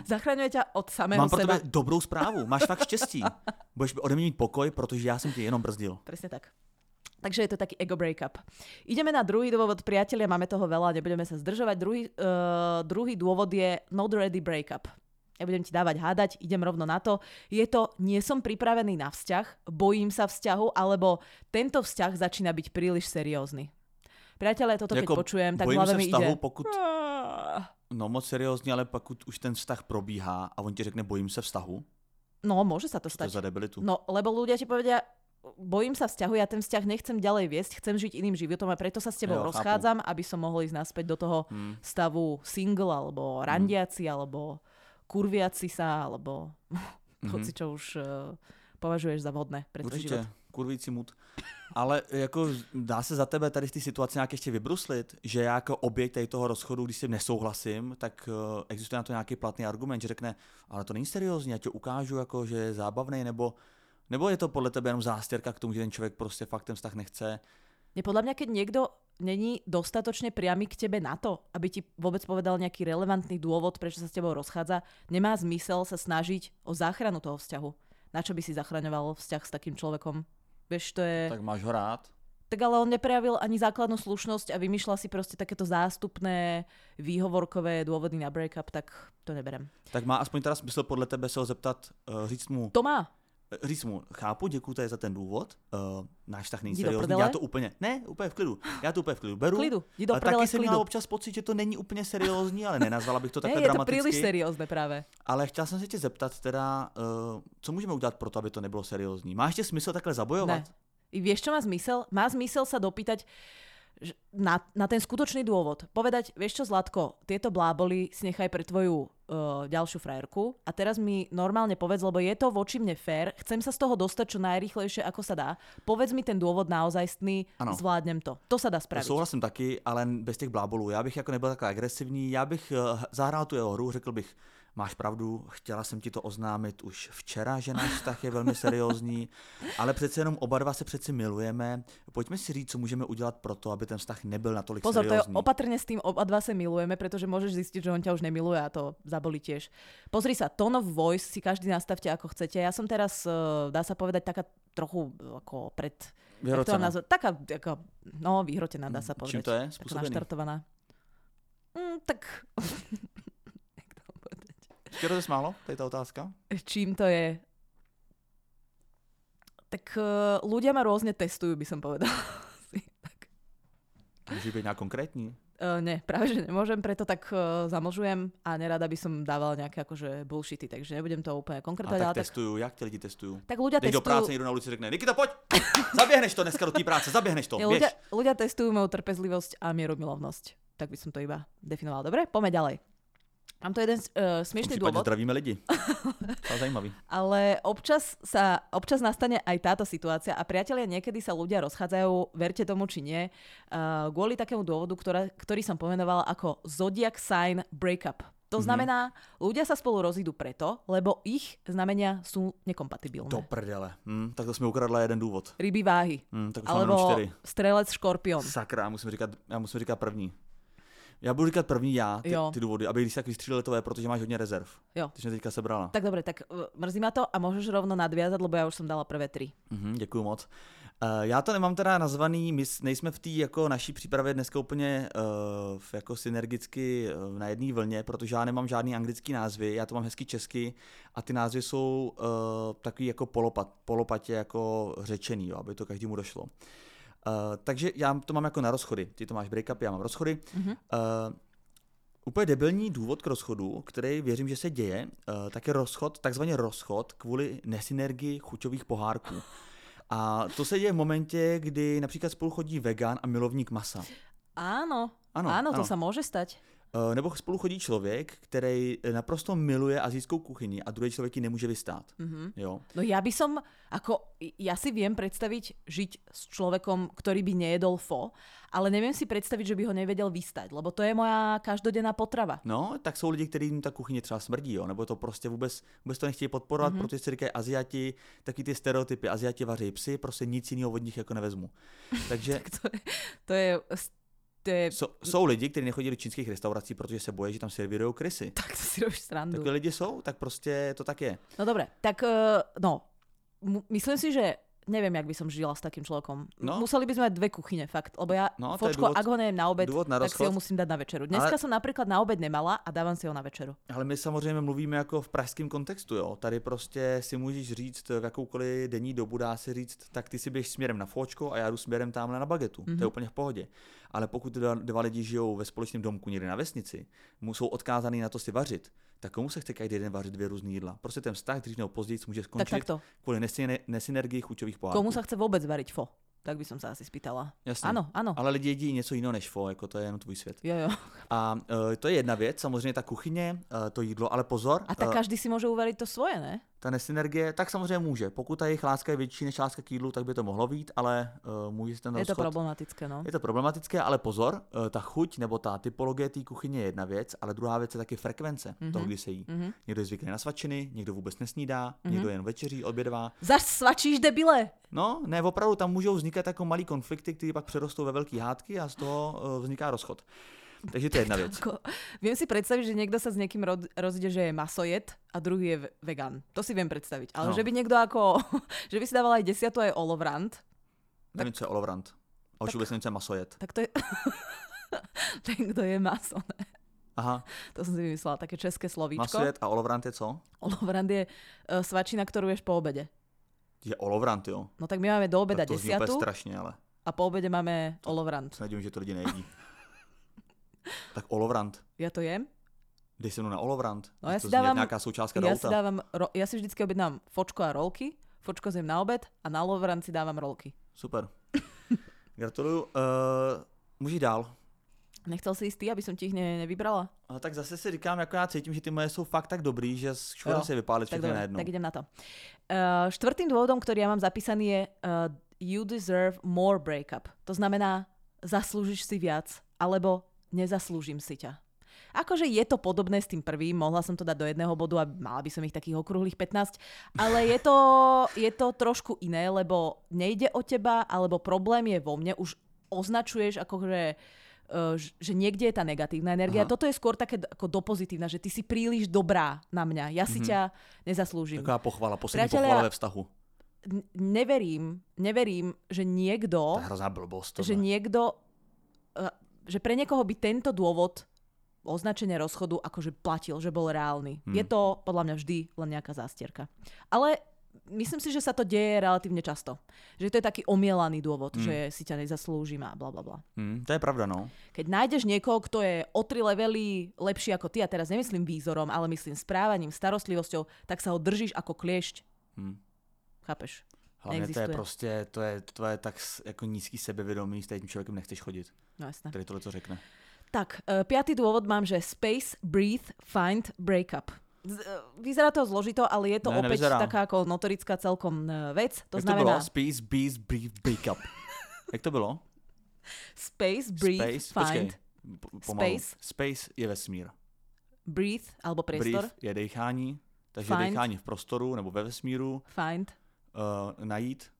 Speaker 2: Zachraňuje ťa od samého
Speaker 1: no. Mám pro
Speaker 2: seba.
Speaker 1: tebe dobrou zprávu, máš fakt štěstí. Budeš ode mě mít pokoj, protože já jsem tě jenom brzdil.
Speaker 2: Presne tak. Takže je to taký ego breakup. Ideme na druhý dôvod, priatelia, máme toho veľa, nebudeme sa zdržovať. Druhý, uh, druhý dôvod je not ready breakup. Nebudem ti dávať hádať, idem rovno na to. Je to, nie som pripravený na vzťah, bojím sa vzťahu, alebo tento vzťah začína byť príliš seriózny. Priatelia, toto keď
Speaker 1: Jako
Speaker 2: počujem, tak
Speaker 1: bojím
Speaker 2: hlave
Speaker 1: se
Speaker 2: mi
Speaker 1: vztahu,
Speaker 2: ide.
Speaker 1: pokud, no moc seriózně, ale pokud už ten vztah probíhá a on ti řekne bojím se vztahu,
Speaker 2: No, môže sa
Speaker 1: to
Speaker 2: to
Speaker 1: je
Speaker 2: stať.
Speaker 1: za debilitu.
Speaker 2: No, lebo ľudia ti povedia, bojím sa vzťahu, ja ten vzťah nechcem ďalej viesť, chcem žiť iným životom a preto sa s
Speaker 1: Jo,
Speaker 2: tebou
Speaker 1: chápu.
Speaker 2: rozchádzam, aby som mohol ísť naspäť do toho
Speaker 1: Hmm.
Speaker 2: stavu single, alebo
Speaker 1: Mhm.
Speaker 2: randiaci, alebo kurviaci sa, alebo
Speaker 1: Mhm.
Speaker 2: hoci čo už eh, považuješ za vhodné pre tvoj život.
Speaker 1: Určitě, kurvící mut. Ale jako dá se za tebe tady z té situace nějak ještě vybruslit, že já jako oběť tady toho rozchodu, když s tím nesouhlasím, tak eh, existuje na to nějaký platný argument, že řekne, ale to není seriózní, já ti ukážu, jako, že je zábavný, nebo nebo je to podle tebe jenom zástěrka k tomu, že ten člověk prostě fakt ten vztah nechce?
Speaker 2: Je podľa mňa, keď niekto není dostatočne priamy k tebe na to, aby ti vôbec povedal nejaký relevantný dôvod, prečo sa s tebou rozchádza, nemá zmysel sa snažiť o záchranu toho vzťahu. Na čo by si zachraňoval vzťah s takým človekom? Vieš, to je...
Speaker 1: Tak máš ho rád?
Speaker 2: Tak ale on neprejavil ani základnú slušnosť a vymýšľal si proste takéto zástupné výhovorkové dôvody na breakup, tak to neberem.
Speaker 1: Tak má aspoň teda smysl podle tebe se ho zeptat, eh, říct mu,
Speaker 2: To má.
Speaker 1: Říct mu, chápu, děkuji tady za ten důvod, uh, náš tak není
Speaker 2: Jdi do
Speaker 1: seriózní,
Speaker 2: prdele.
Speaker 1: já to úplně, ne, úplně v klidu, já to úplně v klidu beru,
Speaker 2: klidu, jdi do
Speaker 1: ale
Speaker 2: prdele
Speaker 1: taky
Speaker 2: v
Speaker 1: jsem měla
Speaker 2: klidu.
Speaker 1: občas pocit, že to není úplně seriózní, ale nenazvala bych to
Speaker 2: Ne,
Speaker 1: takhle
Speaker 2: je to
Speaker 1: dramaticky.
Speaker 2: príliš seriózne práve.
Speaker 1: Ale chtěl jsem se tě zeptat teda, uh, co můžeme udělat pro to, aby to nebylo seriózní. Má ještě smysl takhle zabojovat?
Speaker 2: Ne. I vieš, čo má zmysel? Má zmysel sa dopýtať že- na, na ten skutočný dôvod. Povedať, vieš čo, Zlatko, tieto bláboli si nechaj pre tvoju uh, ďalšiu frajerku a teraz mi normálne povedz, lebo je to voči mne fér, chcem sa z toho dostať čo najrychlejšie, ako sa dá. Povedz mi ten dôvod naozajstný,
Speaker 1: Ano.
Speaker 2: zvládnem to. To sa dá spraviť.
Speaker 1: Souhlasím taky, ale bez těch blábolů. Já bych jako nebyl takhle agresivní, já bych eh, zahrál tu jeho hru, řekl bych, máš pravdu, chtěla jsem ti to oznámit už včera, že náš vztah je velmi seriózní, ale přece jenom oba dva se přeci milujeme. Pojďme si říct, co můžeme udělat pro to, aby ten vztah nebyl natolik
Speaker 2: Pozor, to je
Speaker 1: seriózní.
Speaker 2: opatrne s tým, oba dva sa milujeme, pretože môžeš zistiť, že on ťa už nemiluje a to zaboli tiež. Pozri sa, tone of voice si každý nastavte ako chcete. Ja som teraz, eh, dá sa povedať, taká trochu eh, ako pred... jak to
Speaker 1: Vyhrocená.
Speaker 2: mám nazvať? Taká, ako, no, vyhrotená, dá sa
Speaker 1: Mm, čím
Speaker 2: povedať.
Speaker 1: to je?
Speaker 2: Taká
Speaker 1: Spôsobený?
Speaker 2: naštartovaná. Mm, tak... Jak to mám povedať?
Speaker 1: Ještě to smálo, to je ta otázka.
Speaker 2: Čím to je? Tak eh, ľudia ma rôzne testujú, by som povedala. Asi tak.
Speaker 1: Může být nějak konkrétní.
Speaker 2: Uh, nie, práve že nemôžem, preto tak uh, zamlžujem a nerada by som dávala nejaké akože bullshity, takže nebudem to úplne
Speaker 1: A
Speaker 2: konkrétne,
Speaker 1: tak
Speaker 2: ale tak,
Speaker 1: testuju, jak ty lidi testuju?
Speaker 2: tak ľudia
Speaker 1: Teď do práce
Speaker 2: testujú,
Speaker 1: někdo na ulici řekne, Nikita, pojď, zaběhneš to dneska do té práce, zaběhneš to,
Speaker 2: nie,
Speaker 1: běž.
Speaker 2: ľudia, ľudia testujú moju trpezlivosť a mierumilovnosť. Tak by som to iba definovala. Dobre, poďme ďalej. Mám tu jeden uh,
Speaker 1: V tom
Speaker 2: smiešný
Speaker 1: případě
Speaker 2: dôvod,
Speaker 1: zdravíme lidi. To je zajímavý.
Speaker 2: ale občas, sa, občas nastane aj táto situácia a priatelia, niekedy sa ľudia rozchádzajú, verte tomu či nie, uh, kvôli takému dôvodu, ktorá, ktorý som pomenovala ako Zodiac Sign Breakup. To
Speaker 1: Mhm.
Speaker 2: znamená, ľudia sa spolu rozídu preto, lebo ich znamenia sú nekompatibilné.
Speaker 1: Do prdele. Hm, tak to jsme ukradla jeden důvod.
Speaker 2: Ryby váhy.
Speaker 1: Hm, tak už Alebo...
Speaker 2: Alebo
Speaker 1: mám jenom čtyři.
Speaker 2: strelec škorpión.
Speaker 1: Sakra, já musím, říkat, já musím říkat první. Já budu říkat první já, ty,
Speaker 2: Jo.
Speaker 1: ty důvody, aby když tak vystříleli to je, protože máš hodně rezerv.
Speaker 2: Jo.
Speaker 1: Ty jsi mě teďka sebrala.
Speaker 2: Tak dobre, tak eh, mrzí ma to a môžeš rovno nadviazať, lebo ja už som dala prvé tri.
Speaker 1: Mhm, děkuju moc. Eh, Já to nemám teda nazvaný, my s- nejsme v té jako naší přípravě dneska úplně eh, v- jako synergicky eh, na jedné vlně, protože já nemám žádný anglický názvy, já to mám hezky česky a ty názvy jsou eh, takový jako polopat, polopatě jako řečený, jo, aby to každému došlo. Eh, takže já to mám jako na rozchody. Ty to máš break-up, já mám rozchody. Mm-hmm. Úplně debilní důvod k rozchodu, který věřím, že se děje, eh, tak je rozchod, takzvaný rozchod kvůli nesynergii chuťových pohárků. A to se děje v momentě, kdy například spolu chodí vegan a milovník masa.
Speaker 2: Áno, áno,
Speaker 1: Áno,
Speaker 2: áno, to
Speaker 1: áno.
Speaker 2: sa môže stať.
Speaker 1: Eh, Nebo spolu chodí člověk, který eh, naprosto miluje azijskou kuchyni a druhý člověk ji nemůže vystát. Mm-hmm. Jo.
Speaker 2: No ja by som, ako, ja si viem predstaviť žiť s človekom, ktorý by nejedol fo, ale neviem si predstaviť, že by ho nevedel vystať, lebo to je moja každodenná potrava.
Speaker 1: No, tak jsou lidi, kterým ta kuchyně třeba smrdí, jo, nebo to prostě vůbec, vůbec to nechtějí podporovat, mm-hmm. protože si říkají Aziati, taky ty stereotypy, Aziati vaří psy, prostě nic jiného od nich jako nevezmu. Takže
Speaker 2: Tak to je, to je, to je
Speaker 1: so, jsou lidi, kteří nechodí do čínských restaurací, protože se bojí, že tam servírují krysy.
Speaker 2: tak to si robíš srandu.
Speaker 1: Takové lidi jsou, tak prostě to tak je.
Speaker 2: No dobre, tak eh, no, mu- myslím si, že neviem, jak by som žila s takým človekom.
Speaker 1: No.
Speaker 2: Museli by sme mať dve kuchyne, fakt. Lebo ja, no,
Speaker 1: No, to je
Speaker 2: fočko,
Speaker 1: dôvod-
Speaker 2: ak ho neviem na obed,
Speaker 1: dôvod na
Speaker 2: tak si ho
Speaker 1: rozchod.
Speaker 2: musím dať na večeru. Dneska
Speaker 1: Ale-
Speaker 2: som napríklad na obed nemala a dávam si ho na večeru.
Speaker 1: Ale my samozřejmě mluvíme jako v pražském kontextu, jo. Tady prostě si můžeš říct v jakoukoliv denní dobu, dá se říct, tak ty si běž směrem na fočko a já jdu směrem tamhle na bagetu. Mm-hmm.
Speaker 2: Mhm.
Speaker 1: To je úplně v pohodě. Ale pokud dva, dva lidi žijou ve společném domku někde na vesnici, mu jsou odkázaný na to si vařit, tak komu se chce každý den vařit dvě různé jídla? Prostě ten vztah dřív nebo později může skončit
Speaker 2: takto.
Speaker 1: kvůli nesyne- nesynergii chuťových pohádků.
Speaker 2: Komu sa chce vôbec variť fo? Tak by som sa asi spýtala.
Speaker 1: Jasně.
Speaker 2: Áno, áno.
Speaker 1: Ale lidi jedí něco jiného než fo, jako to je jenom tvůj svět.
Speaker 2: Jo, jo.
Speaker 1: A e, to je jedna věc, samozřejmě ta kuchyně, e, to jídlo, ale pozor.
Speaker 2: A tak
Speaker 1: e,
Speaker 2: každý si môže uveriť to svoje, ne?
Speaker 1: ta nesynergie, tak samozřejmě může. Pokud ta jejich láska je větší než láska k jídlu, tak by to mohlo být, ale uh, může se ten
Speaker 2: Je to
Speaker 1: rozchod.
Speaker 2: problematické, no.
Speaker 1: Je to problematické, ale pozor, uh, ta chuť nebo ta typologie té kuchyně je jedna věc, ale druhá věc je taky frekvence mm-hmm.
Speaker 2: Mhm.
Speaker 1: toho, kdy se jí. Mm-hmm. Někdo je zvyklý na svačiny, někdo vůbec nesnídá, mm-hmm.
Speaker 2: Mhm.
Speaker 1: někdo jen večeří, obědvá.
Speaker 2: Zaš svačíš debile!
Speaker 1: No, ne, opravdu tam můžou vznikat jako malý konflikty, které pak přerostou ve velký hádky a z toho uh, vzniká rozchod. Takže to je jedna věc.
Speaker 2: Ko- Viem si predstaviť, že niekto sa s niekým rod- rozíde, že je masojed a druhý je ve- vegan. To si viem predstaviť. Ale
Speaker 1: No.
Speaker 2: že by niekto ako, že by si dával aj desiatu aj olovrant,
Speaker 1: Nevím, co je olovrant. A už vůbec nevím, co je masojet.
Speaker 2: tak to je... Ten, kto je maso. Ne?
Speaker 1: Aha,
Speaker 2: To som si vymyslela, také české slovíčko.
Speaker 1: masojet a olovrant je co?
Speaker 2: Olovrant je uh, svačina, ktorú ješ po obede.
Speaker 1: Je olovrant, jo.
Speaker 2: No tak my máme do obeda
Speaker 1: Tak to zní úplně
Speaker 2: 10
Speaker 1: strašně, ale
Speaker 2: a po obede máme olovrant.
Speaker 1: se nedivím, že to lidi nejedí. tak olovrant.
Speaker 2: Ja to jem.
Speaker 1: Dej se mnou na olovrant.
Speaker 2: No já
Speaker 1: To
Speaker 2: si
Speaker 1: zní
Speaker 2: dávám-
Speaker 1: jak nějaká součástka
Speaker 2: Ja si,
Speaker 1: routa.
Speaker 2: dávam, ro- ja si vždycky objednám fočko a rolky, fočko zjem na obed a na olovrant si dávam rolky.
Speaker 1: Super. Gratuluju. Uh, můžu jít dál.
Speaker 2: Nechcel si ísť ty, aby som ti ich ne- nevybrala?
Speaker 1: A tak zase si říkám, jako já cítím, že ty moje jsou fakt tak dobrý, že škoda
Speaker 2: Jo,
Speaker 1: si je vypálit
Speaker 2: Tak,
Speaker 1: všechny
Speaker 2: dobre,
Speaker 1: najednou.
Speaker 2: tak idem na to. Uh, štvrtým dôvodom, ktorý ja mám zapísaný je uh, you deserve more breakup. To znamená, zaslúžiš si viac, alebo nezaslúžim si ťa. Akože je to podobné s tým prvým, mohla som to dať do jedného bodu a mala by som ich takých okrúhlych 15, ale je to, je to trošku iné, lebo nejde o teba, alebo problém je vo mne, už označuješ akože eh, ž- že niekde je tá negatívna energia.
Speaker 1: Aha.
Speaker 2: Toto je skôr také d- ako dopozitívna, že ty si príliš dobrá na mňa. Ja si ťa nezaslúžim.
Speaker 1: Taková pochvala, poslední
Speaker 2: Přátelé,
Speaker 1: pochvala
Speaker 2: já-
Speaker 1: ve vztahu.
Speaker 2: N- neverím, neverím, že
Speaker 1: To
Speaker 2: niekto,
Speaker 1: je hrozná blbost.
Speaker 2: no, že
Speaker 1: tohle.
Speaker 2: niekto, eh, že pre niekoho by tento dôvod označenie rozchodu akože platil, že bol reálny.
Speaker 1: Hmm.
Speaker 2: Je to podľa mňa vždy len nejaká zástierka. Ale myslím si, že sa to deje relatívne často. Že to je taký omielaný dôvod,
Speaker 1: Hmm.
Speaker 2: že si ťa nezaslúžim a bla bla bla.
Speaker 1: Hm, to je pravda, no.
Speaker 2: Keď nájdeš niekoho, kto je o tri levely lepší ako ty, a teraz nemyslím výzorom, ale myslím správaním, starostlivosťou, tak sa ho držíš ako kliešť.
Speaker 1: Hm.
Speaker 2: Chápeš?
Speaker 1: Hlavně to
Speaker 2: Neexistuje.
Speaker 1: je prostě, to je, to je tak s- jako nízký sebevědomí, s tím člověkem nechceš chodit,
Speaker 2: No jasné.
Speaker 1: který tohle co řekne.
Speaker 2: Tak, e, piatý dôvod mám, že space, breathe, find, break up. Z- e, Vyzerá to zložito, ale je to
Speaker 1: Ne,
Speaker 2: opäť
Speaker 1: nevyzerá.
Speaker 2: taká ako notorická celkom e, vec. To
Speaker 1: Jak to bylo?
Speaker 2: znamená
Speaker 1: Space, beast, breathe, break up. Jak to bylo?
Speaker 2: space, breathe,
Speaker 1: space,
Speaker 2: find,
Speaker 1: počkej, po- pomalu.
Speaker 2: Space.
Speaker 1: Space je vesmír.
Speaker 2: breathe, alebo priestor,
Speaker 1: Breathe je dechání, takže
Speaker 2: Find.
Speaker 1: dechání v prostoru nebo ve vesmíru,
Speaker 2: find,
Speaker 1: uh, najít,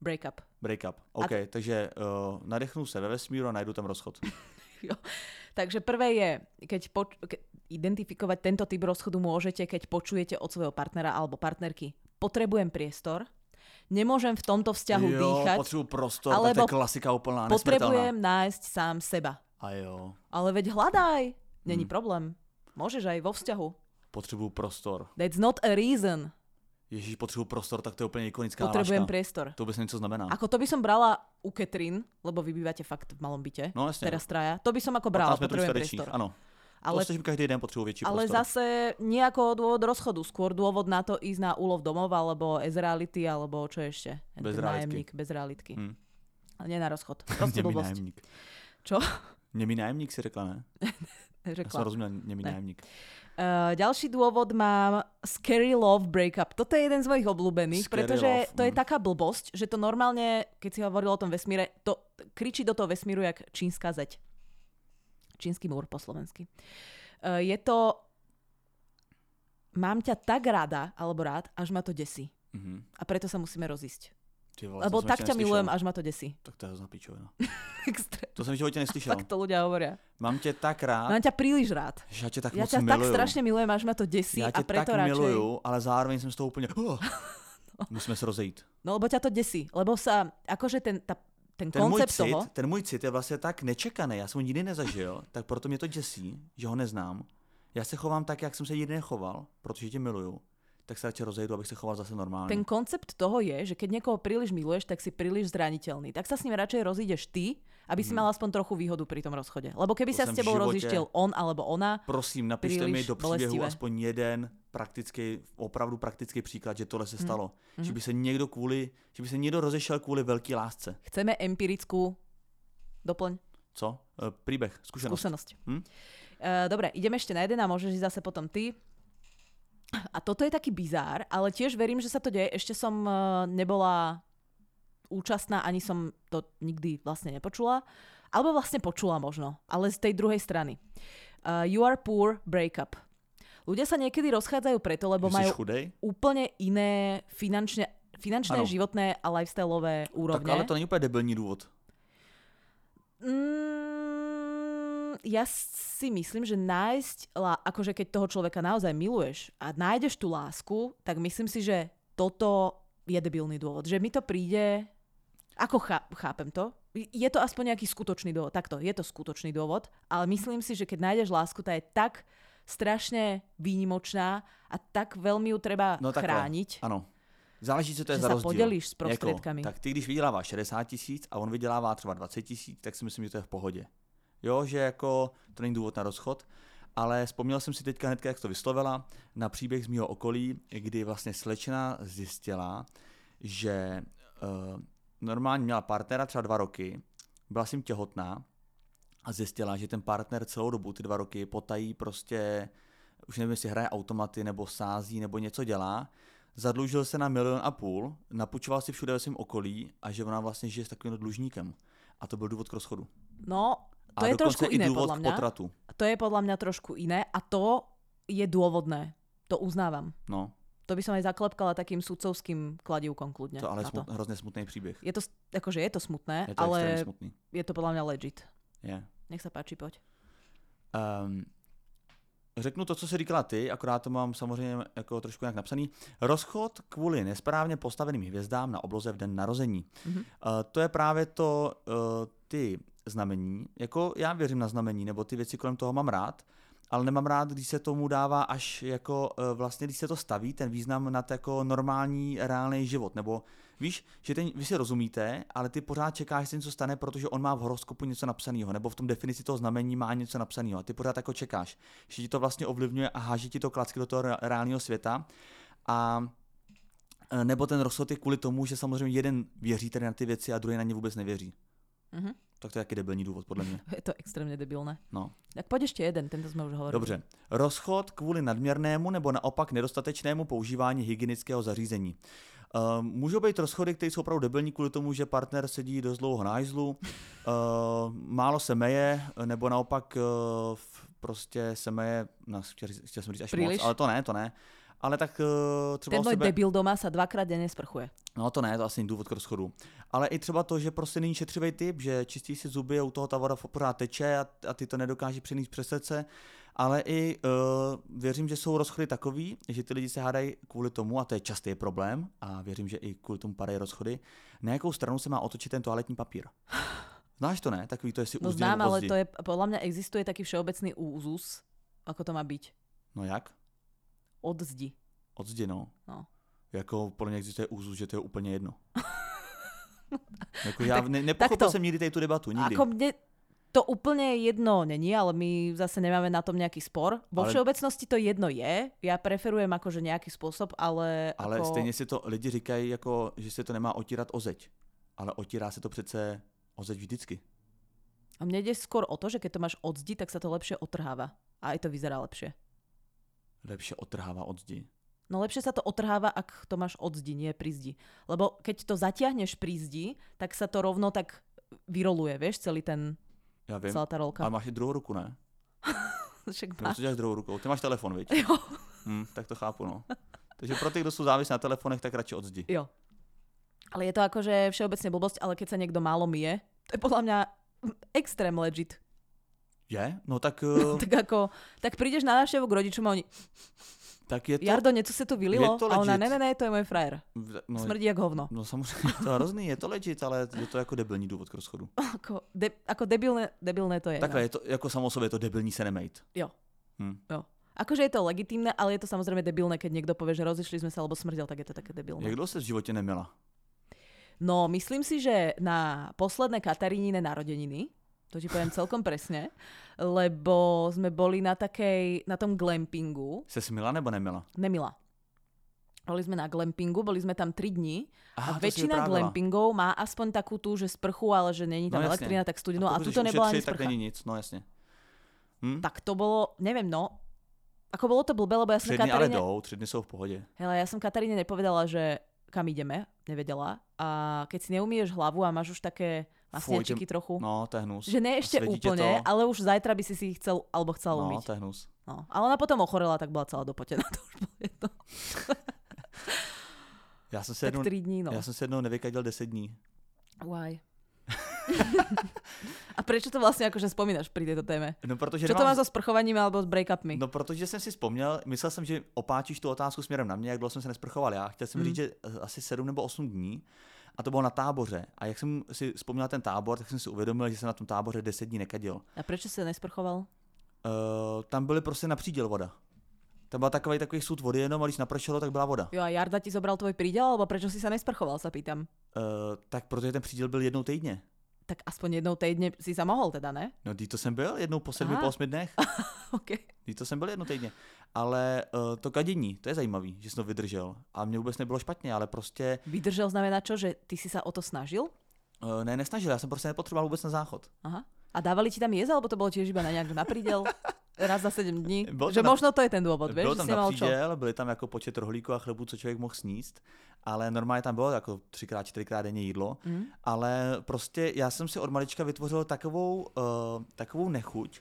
Speaker 2: break up.
Speaker 1: break up. OK, takže uh, nadechnu se ve vesmíru a najdu tam rozchod.
Speaker 2: Jo. Takže prvé je, keď poč- ke- identifikovať tento typ rozchodu môžete, keď počujete od svojho partnera alebo partnerky. Potrebujem priestor, nemôžem v tomto vzťahu
Speaker 1: jo,
Speaker 2: dýchať,
Speaker 1: potřebuju prostor, tak to
Speaker 2: Alebo
Speaker 1: je klasika úplná,
Speaker 2: potrebujem
Speaker 1: nesmrtelná.
Speaker 2: nájsť sám seba.
Speaker 1: A jo,
Speaker 2: Ale veď hľadaj,
Speaker 1: Hm.
Speaker 2: není problém. Môžeš aj vo vzťahu.
Speaker 1: potřebuju prostor.
Speaker 2: That's not a reason.
Speaker 1: Ježíš, potřebuju prostor, tak to je úplně ikonická
Speaker 2: Potrebujem
Speaker 1: hláška.
Speaker 2: priestor.
Speaker 1: To vůbec něco znamená.
Speaker 2: Ako to by som brala u Katrin, lebo vy bývate fakt v malom byte.
Speaker 1: No jasne.
Speaker 2: Teraz traja. To by som ako brala,
Speaker 1: metrů
Speaker 2: potrebujem
Speaker 1: čtverečních,
Speaker 2: priestor.
Speaker 1: Ano, ale...
Speaker 2: Ale
Speaker 1: to že každý den potřebuju větší
Speaker 2: Ale
Speaker 1: prostor.
Speaker 2: zase nie ako dôvod rozchodu, skôr dôvod na to ísť na úlov domov, alebo z reality, alebo čo ešte. Ten
Speaker 1: Bez
Speaker 2: nájemník, bez realitky.
Speaker 1: Hm.
Speaker 2: Ale nie na rozchod. Proste
Speaker 1: Němý
Speaker 2: blbosť.
Speaker 1: nájemník.
Speaker 2: Čo?
Speaker 1: Němý nájemník si řekla, ne? Já jsem
Speaker 2: Řekla.
Speaker 1: rozuměl, němý
Speaker 2: Ne.
Speaker 1: nájemník.
Speaker 2: Uh, ďalší dôvod mám Scary Love Breakup. Toto je jeden z mojich obľúbených,
Speaker 1: Scary
Speaker 2: pretože
Speaker 1: love,
Speaker 2: to je
Speaker 1: mm.
Speaker 2: taká blbosť, že to normálne, keď si hovoril o tom vesmíre, to kričí do toho vesmíru jak čínska zeď. Čínsky múr po slovensky. Uh, je to mám ťa tak rada, alebo rád, až ma to desí.
Speaker 1: Mhm.
Speaker 2: A preto sa musíme rozísť.
Speaker 1: Ty vole,
Speaker 2: Lebo
Speaker 1: to jsem
Speaker 2: tak
Speaker 1: ještě
Speaker 2: ťa
Speaker 1: neslyšel.
Speaker 2: milujem, až ma to desí.
Speaker 1: Tak to je hrozná pičovina.
Speaker 2: Extrém.
Speaker 1: To jsem v životě neslyšel.
Speaker 2: Tak to ľudia hovoria.
Speaker 1: Mám tě tak rád,
Speaker 2: Mám ťa príliš rád.
Speaker 1: že já tě tak
Speaker 2: Ja
Speaker 1: moc
Speaker 2: ťa tak
Speaker 1: miluju.
Speaker 2: strašne milujem, až ma to desí
Speaker 1: já
Speaker 2: a
Speaker 1: tě tak
Speaker 2: preto radšej...
Speaker 1: miluju, ale zároveň jsem z toho úplně... Oh, musíme se rozejít.
Speaker 2: No lebo ťa to desí, lebo sa, akože ten, tá, ten,
Speaker 1: Ten můj,
Speaker 2: koncept
Speaker 1: cit,
Speaker 2: toho,
Speaker 1: ten můj cit je vlastně tak nečekaný, já jsem ho nikdy nezažil, tak proto mě to děsí, že ho neznám. Já se chovám tak, jak jsem se nikdy nechoval, protože tě miluju, tak se radši rozejdu, abych se choval zase normálně.
Speaker 2: ten koncept toho je, že keď niekoho príliš miluješ, tak si príliš zraniteľný. Tak sa s ním radšej rozídeš ty, aby si mal aspoň trochu výhodu pri tom rozchode. Lebo keby
Speaker 1: Mhm. To
Speaker 2: sa s
Speaker 1: jsem v
Speaker 2: tebou
Speaker 1: životě-
Speaker 2: rozištil on alebo ona,
Speaker 1: Prosím, napište mi
Speaker 2: Príliš
Speaker 1: do příběhu
Speaker 2: bolestivé.
Speaker 1: aspoň jeden praktický, opravdu praktický příklad, že tohle se stalo. Že by se někdo kvůli, že by se někdo rozešel kvůli velké lásce.
Speaker 2: chceme empirickú doplň,
Speaker 1: Co? E, Příběh, zkušenost.
Speaker 2: skúsenosť.
Speaker 1: Hm?
Speaker 2: Eh, dobre, ideme ešte na jeden a môžeš ísť zase potom ty. A toto je taký bizár, ale tiež verím, že sa to deje. Ešte som eh, nebola účastná, ani som to nikdy vlastne nepočula. Alebo vlastne počula možno, ale z tej druhej strany. Eh, you are poor, breakup. Ľudia sa niekedy rozchádzajú preto, lebo
Speaker 1: Že jsi
Speaker 2: majú
Speaker 1: chudej?
Speaker 2: úplne iné finančne, finančné,
Speaker 1: Áno.
Speaker 2: životné a lifestyleové
Speaker 1: Tak
Speaker 2: úrovne.
Speaker 1: ale to není úplně debilní důvod.
Speaker 2: Mm, ja si myslím, že nájsť, lá- akože keď toho človeka naozaj miluješ a nájdeš tú lásku, tak myslím si, že toto je debilný dôvod. Že mi to príde, ako chá- chápem to, je to aspoň nejaký skutočný dôvod. Takto, je to skutočný dôvod, ale myslím si, že keď nájdeš lásku, tá je tak strašne výnimočná a tak veľmi ju treba
Speaker 1: No takhle.
Speaker 2: chrániť,
Speaker 1: Ano. Záleží, co to je
Speaker 2: Že
Speaker 1: za
Speaker 2: sa
Speaker 1: rozdíl.
Speaker 2: podelíš s prostriedkami.
Speaker 1: tak ty, když vyděláváš 60 tisíc a on vydělává třeba 20 tisíc, tak si myslím, že to je v pohodě. Jo, že jako to není důvod na rozchod. Ale vzpomněl jsem si teďka hned, jak to vyslovila, na příběh z mého okolí, kdy vlastně slečna zjistila, že uh, normálně měla partnera třeba dva roky, byla jsem těhotná a zjistila, že ten partner celou dobu, ty dva roky, potají prostě, už nevím, jestli hraje automaty nebo sází nebo něco dělá, zadlužil se na milion a půl, napučoval si všude ve svém okolí a že ona vlastně žije s takovým dlužníkem. A to byl důvod k rozchodu.
Speaker 2: No, to
Speaker 1: a
Speaker 2: je trošku
Speaker 1: dokonce i
Speaker 2: iné
Speaker 1: důvod
Speaker 2: podľa
Speaker 1: k
Speaker 2: mňa.
Speaker 1: potratu.
Speaker 2: To je podľa mňa trošku iné a to je dôvodné. To uznávam.
Speaker 1: No,
Speaker 2: To by som aj zaklepkala takým sudcovským kladivkom kľudne.
Speaker 1: to ale
Speaker 2: na to.
Speaker 1: smut, hrozně smutný příběh.
Speaker 2: Je to, s- akože je to smutné,
Speaker 1: Je to ale... extrémně
Speaker 2: ale
Speaker 1: smutný.
Speaker 2: je to podľa mňa legit.
Speaker 1: Je.
Speaker 2: Nech sa páči, poď.
Speaker 1: Um, řeknu to, co jsi říkala ty, akorát to mám samozřejmě jako trošku nějak napsaný. Rozchod kvůli nesprávně postaveným hvězdám na obloze v den narození.
Speaker 2: Mhm.
Speaker 1: Mm-hmm. Uh, to je právě to, uh, ty znamení. Jako já věřím na znamení, nebo ty věci kolem toho mám rád, ale nemám rád, když se tomu dává až jako uh, vlastně, když se to staví, ten význam nad jako normální, reálný život. Nebo víš, že ten, vy si rozumíte, ale ty pořád čekáš, že se něco stane, protože on má v horoskopu něco napsaného, nebo v tom definici toho znamení má něco napsaného. A ty pořád jako čekáš, že ti to vlastně ovlivňuje a háží ti to klacky do toho re- reálného světa. A e, nebo ten rozchod je kvůli tomu, že samozřejmě jeden věří tady na ty věci a druhý na ně vůbec nevěří.
Speaker 2: Mhm.
Speaker 1: Tak to je taky debilní důvod, podle mě.
Speaker 2: Je to extrémne debilné.
Speaker 1: No.
Speaker 2: Tak poď ešte jeden, tento sme už hovorili.
Speaker 1: Dobře. Rozchod kvůli nadměrnému nebo naopak nedostatečnému používání hygienického zařízení. Uh, můžou být rozchody, které jsou opravdu debilní kvůli tomu, že partner sedí dost dlouho na hajzlu, uh, málo se meje, nebo naopak uh, f- prostě se meje, no, chtěl, říct- chtěl jsem říct až
Speaker 2: Příliš?
Speaker 1: moc, ale to ne, to ne. Ale tak uh, třeba
Speaker 2: Ten
Speaker 1: o
Speaker 2: môj
Speaker 1: sebe...
Speaker 2: debil doma sa dvakrát denne sprchuje.
Speaker 1: No to ne, to asi není důvod k rozchodu. Ale i třeba to, že prostě není šetřivý typ, že čistí si zuby a u toho ta voda fo- pořád teče a, a ty to nedokáže přenést přes srdce. Ale i uh, věřím, že jsou rozchody takový, že ty lidi se hádají kvůli tomu, a to je častý problém, a věřím, že i kvůli tomu padají rozchody, na jakou stranu se má otočit ten toaletní papír. Znáš to ne? Takový to je si
Speaker 2: No
Speaker 1: uzdí nebo
Speaker 2: znám, ale
Speaker 1: pozdí.
Speaker 2: to je, podľa mňa existuje taký všeobecný úzus, ako to má byť.
Speaker 1: No jak?
Speaker 2: Od zdi.
Speaker 1: Od zdi, no.
Speaker 2: No.
Speaker 1: Jako podle mě existuje úzus, že to je úplně jedno. jako já ne, nepochopil
Speaker 2: takto.
Speaker 1: jsem nikdy tady tu debatu, nikdy.
Speaker 2: Ako mne to úplne jedno není, ale my zase nemáme na tom nejaký spor. Vo
Speaker 1: Ale-
Speaker 2: všeobecnosti to jedno je. Ja preferujem akože nejaký spôsob, ale...
Speaker 1: Ale
Speaker 2: ako...
Speaker 1: jako... stejně si to lidi říkají, jako, že se to nemá otírat o zeď. Ale otírá se to přece o zeď vždycky.
Speaker 2: A mne ide skôr o to, že keď to máš od zdi, tak sa to lepšie otrháva. A aj to vyzerá lepšie.
Speaker 1: Lepše otrhává od zdi.
Speaker 2: No lepšie sa to otrháva, ak to máš od zdi, nie pri zdi. Lebo keď to zatiahneš pri zdi, tak sa to rovno tak vyroluje, vieš, celý ten,
Speaker 1: Já vím.
Speaker 2: celá tá rolka.
Speaker 1: Ale máš i druhou ruku, ne?
Speaker 2: Však
Speaker 1: Nebo
Speaker 2: má.
Speaker 1: co děláš druhou rukou? Ty máš telefon, viď?
Speaker 2: Jo,
Speaker 1: Hm, tak to chápu, no. Takže pro ty, kdo jsou závislí na telefonech, tak radši od zdi.
Speaker 2: jo. Ale je to akože všeobecne blbosť, ale keď sa niekto málo mije, to je podľa mňa extrém legit.
Speaker 1: Je? No tak, eh,
Speaker 2: Tak ako, tak prídeš na návštevu k rodičom a oni,
Speaker 1: tak je to...
Speaker 2: Jardo, niečo sa tu vylilo?
Speaker 1: Je to
Speaker 2: A ona,
Speaker 1: legit.
Speaker 2: ne, ne, ne, to je môj frajer.
Speaker 1: No,
Speaker 2: Smrdí jak hovno.
Speaker 1: no samozřejmě, je to hrozný, je to legit, ale je to jako debilní důvod k rozchodu.
Speaker 2: Ako, de, ako debilné, debilné to je. no.
Speaker 1: Takhle, je to, jako samo sobě je to debilní se nemejt.
Speaker 2: Jo.
Speaker 1: Hm.
Speaker 2: Jo. Akože je to legitímne, ale je to samozrejme debilné, keď niekto povie, že rozišli sme sa, lebo smrdel, tak je to také
Speaker 1: Jak
Speaker 2: debilné.
Speaker 1: dlouho se v životě nemila?
Speaker 2: No, myslím si, že na posledné Katarínine narodeniny, to ti poviem celkom presne, lebo sme boli na takej, na tom glampingu,
Speaker 1: Se smila nebo nemila?
Speaker 2: nemila. Boli sme na glampingu, boli sme tam 3 dní
Speaker 1: Aha,
Speaker 2: a
Speaker 1: to si
Speaker 2: väčšina
Speaker 1: vyprávěla.
Speaker 2: glampingov má aspoň takú tú, že sprchu, ale že není tam
Speaker 1: No jasne.
Speaker 2: elektrina, tak studinu a, a
Speaker 1: pokud
Speaker 2: tu
Speaker 1: chceš
Speaker 2: to nebola ani
Speaker 1: ušetřit,
Speaker 2: sprcha.
Speaker 1: tak není nic, no jasně. Hm?
Speaker 2: Tak to bolo, neviem, no, ako bolo to blbé, lebo ja som
Speaker 1: Tři
Speaker 2: na
Speaker 1: dny ale
Speaker 2: Kataríne...
Speaker 1: jdou, tři dny jsou v pohodě.
Speaker 2: Hele, ja som Kataríne nepovedala, že kam ideme, nevedela. A keď si neumieš hlavu a máš už také masniačiky
Speaker 1: Fuj,
Speaker 2: trochu, no,
Speaker 1: No, to je hnus.
Speaker 2: že ne ešte
Speaker 1: svedí ťa
Speaker 2: úplne,
Speaker 1: to?
Speaker 2: ale už zajtra by si si ich chcel alebo chcela no,
Speaker 1: no,
Speaker 2: umyť.
Speaker 1: to je hnus.
Speaker 2: No. Ale ona potom ochorela, tak bola celá dopotená. To už bolo jedno.
Speaker 1: Já jsem se
Speaker 2: Tak
Speaker 1: jednou,
Speaker 2: 3 dní, no.
Speaker 1: já jsem se jednou nevykadil 10 dní.
Speaker 2: Why? a prečo to vlastne akože spomínaš pri tejto téme?
Speaker 1: No, protože
Speaker 2: Čo to má
Speaker 1: nemám-
Speaker 2: so sprchovaním alebo s breakupmi? No.
Speaker 1: No, protože jsem si vzpomněl, myslel jsem, že opáčíš tu otázku směrem na mě, jak dlouho jsem se nesprchoval já. Chtěl jsem
Speaker 2: Mm.
Speaker 1: říct, že eh, asi 7 nebo 8 dní. A to bylo na táboře. A jak jsem si vzpomněl ten tábor, tak jsem si uvědomil, že jsem na tom táboře 10 dní Eh, nekadil.
Speaker 2: A prečo si sa nesprchoval?
Speaker 1: Uh, tam byly prostě na příděl voda. Tam byla takový, takový sud vody jenom a když napršelo, tak byla voda.
Speaker 2: Jo a Jarda ti zobral tvoj prídel, alebo prečo si sa nesprchoval, sa pýtam.
Speaker 1: Uh, tak protože ten příděl byl jednou týdně.
Speaker 2: Tak aspoň jednou týdne si sa mohol teda, ne?
Speaker 1: No, dí to jsem byl jednou po sedmi,
Speaker 2: Aha.
Speaker 1: po osmi dnech.
Speaker 2: OK.
Speaker 1: Dí to jsem byl jednou týdně. Ale uh, to kadění, to je zajímavý, že jsem to vydržel. A mě vůbec nebylo špatně, ale prostě
Speaker 2: Vydržel znamená čo, že ty si sa o to snažil?
Speaker 1: uh, ne, nesnažil, já jsem prostě nepotřeboval vůbec na záchod.
Speaker 2: Aha. A dávali ti tam jesť, alebo to bolo tiež iba na nejak na prídel? Raz za 7 dní?
Speaker 1: Bolo to
Speaker 2: že
Speaker 1: na-
Speaker 2: možno to je ten dôvod, vieš,
Speaker 1: Bylo
Speaker 2: že
Speaker 1: tam
Speaker 2: si
Speaker 1: na
Speaker 2: mal čo?
Speaker 1: příděl, byly tam jako počet rohlíků a chlebu, co člověk mohl sníst, ale normálně tam bylo jako třikrát, čtyřikrát denně jídlo,
Speaker 2: Mm.
Speaker 1: ale prostě já jsem si od malička vytvořil takovou, uh, takovou nechuť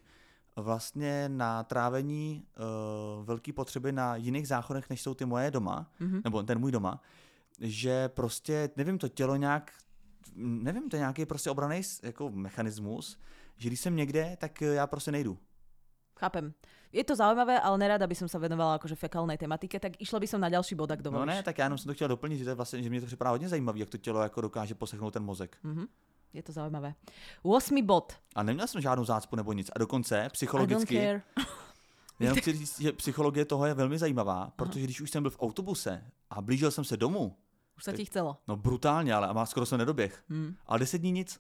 Speaker 1: vlastně na trávení uh, velké potřeby na jiných záchodech, než jsou ty moje doma,
Speaker 2: Mhm.
Speaker 1: nebo ten můj doma, že prostě, nevím, to tělo nějak, nevím, to je nějaký prostě obraný jako mechanismus, že když jsem někde, tak eh, já prostě nejdu.
Speaker 2: Chápem. Je to zaujímavé, ale nerada by som sa venovala akože fekálnej tematike, tak išla by som na ďalší bod, ak
Speaker 1: No
Speaker 2: dovolíš.
Speaker 1: ne, tak já jenom jsem to chtěl doplnit, že, to je vlastně, že mě to připadá hodně zajímavé, jak to tělo jako dokáže poslechnout ten mozek.
Speaker 2: Mhm. Je to zaujímavé. 8. bod.
Speaker 1: A neměl jsem žádnou zácpu nebo nic. A dokonce
Speaker 2: I
Speaker 1: psychologicky,
Speaker 2: don't care.
Speaker 1: jenom chci říct, že psychologie toho je velmi zajímavá, protože když už jsem byl v autobuse a blížil jsem se domů,
Speaker 2: Už sa ti chcelo.
Speaker 1: no brutálně, ale a má skoro se nedoběh,
Speaker 2: Hm.
Speaker 1: ale deset dní nic.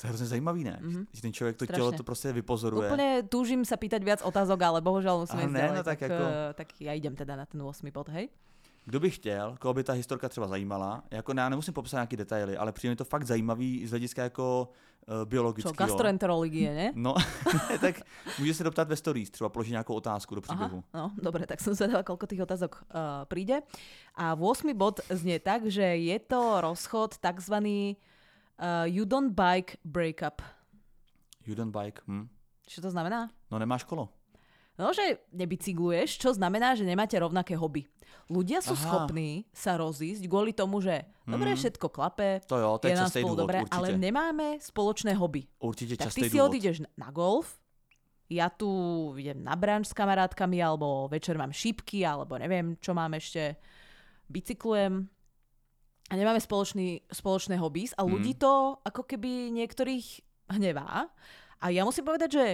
Speaker 1: To je hrozně zajímavý, ne?
Speaker 2: Mhm.
Speaker 1: Že ten člověk to
Speaker 2: Strašně.
Speaker 1: tělo to prostě vypozoruje.
Speaker 2: Úplne túžim sa pýtať viac otázok, ale bohužiaľ musíme
Speaker 1: Áno,
Speaker 2: ísť
Speaker 1: ne,
Speaker 2: ďalej,
Speaker 1: no tak
Speaker 2: tak,
Speaker 1: ako-
Speaker 2: eh, tak ja idem teda na ten 8. bod, hej?
Speaker 1: Kdo by chtěl, koho by ta historka třeba zajímala, jako já nemusím popsat nějaký detaily, ale přijde mi to fakt zajímavý z hlediska jako uh,
Speaker 2: Čo,
Speaker 1: biologického.
Speaker 2: gastroenterológie, ne?
Speaker 1: No, tak může se doptat ve stories, třeba položit nějakou otázku do příběhu.
Speaker 2: no, dobre, tak som zvedala, koľko tých otázok uh, príde. A 8. bod znie tak, že je to rozchod takzvaný uh, you don't bike breakup.
Speaker 1: You don't bike, hm?
Speaker 2: Čo to znamená?
Speaker 1: No nemáš kolo.
Speaker 2: No, že nebicykluješ, čo znamená, že nemáte rovnaké hobby. Ľudia sú
Speaker 1: Aha.
Speaker 2: Aha. schopní sa rozísť kvôli tomu, že dobre, všetko klape,
Speaker 1: To jo, to je
Speaker 2: je nám
Speaker 1: častý
Speaker 2: spolu
Speaker 1: důvod,
Speaker 2: dobre,
Speaker 1: určitě.
Speaker 2: ale nemáme spoločné hobby.
Speaker 1: Určitě
Speaker 2: Tak
Speaker 1: častý
Speaker 2: ty si
Speaker 1: důvod.
Speaker 2: odídeš na- na golf, ja tu idem na branč s kamarátkami, alebo večer mám šípky, alebo neviem, čo mám ešte, bicyklujem. A nemáme spoločný, spoločné hobbies a ľudí to ako keby niektorých hnevá. A ja musím povedať, že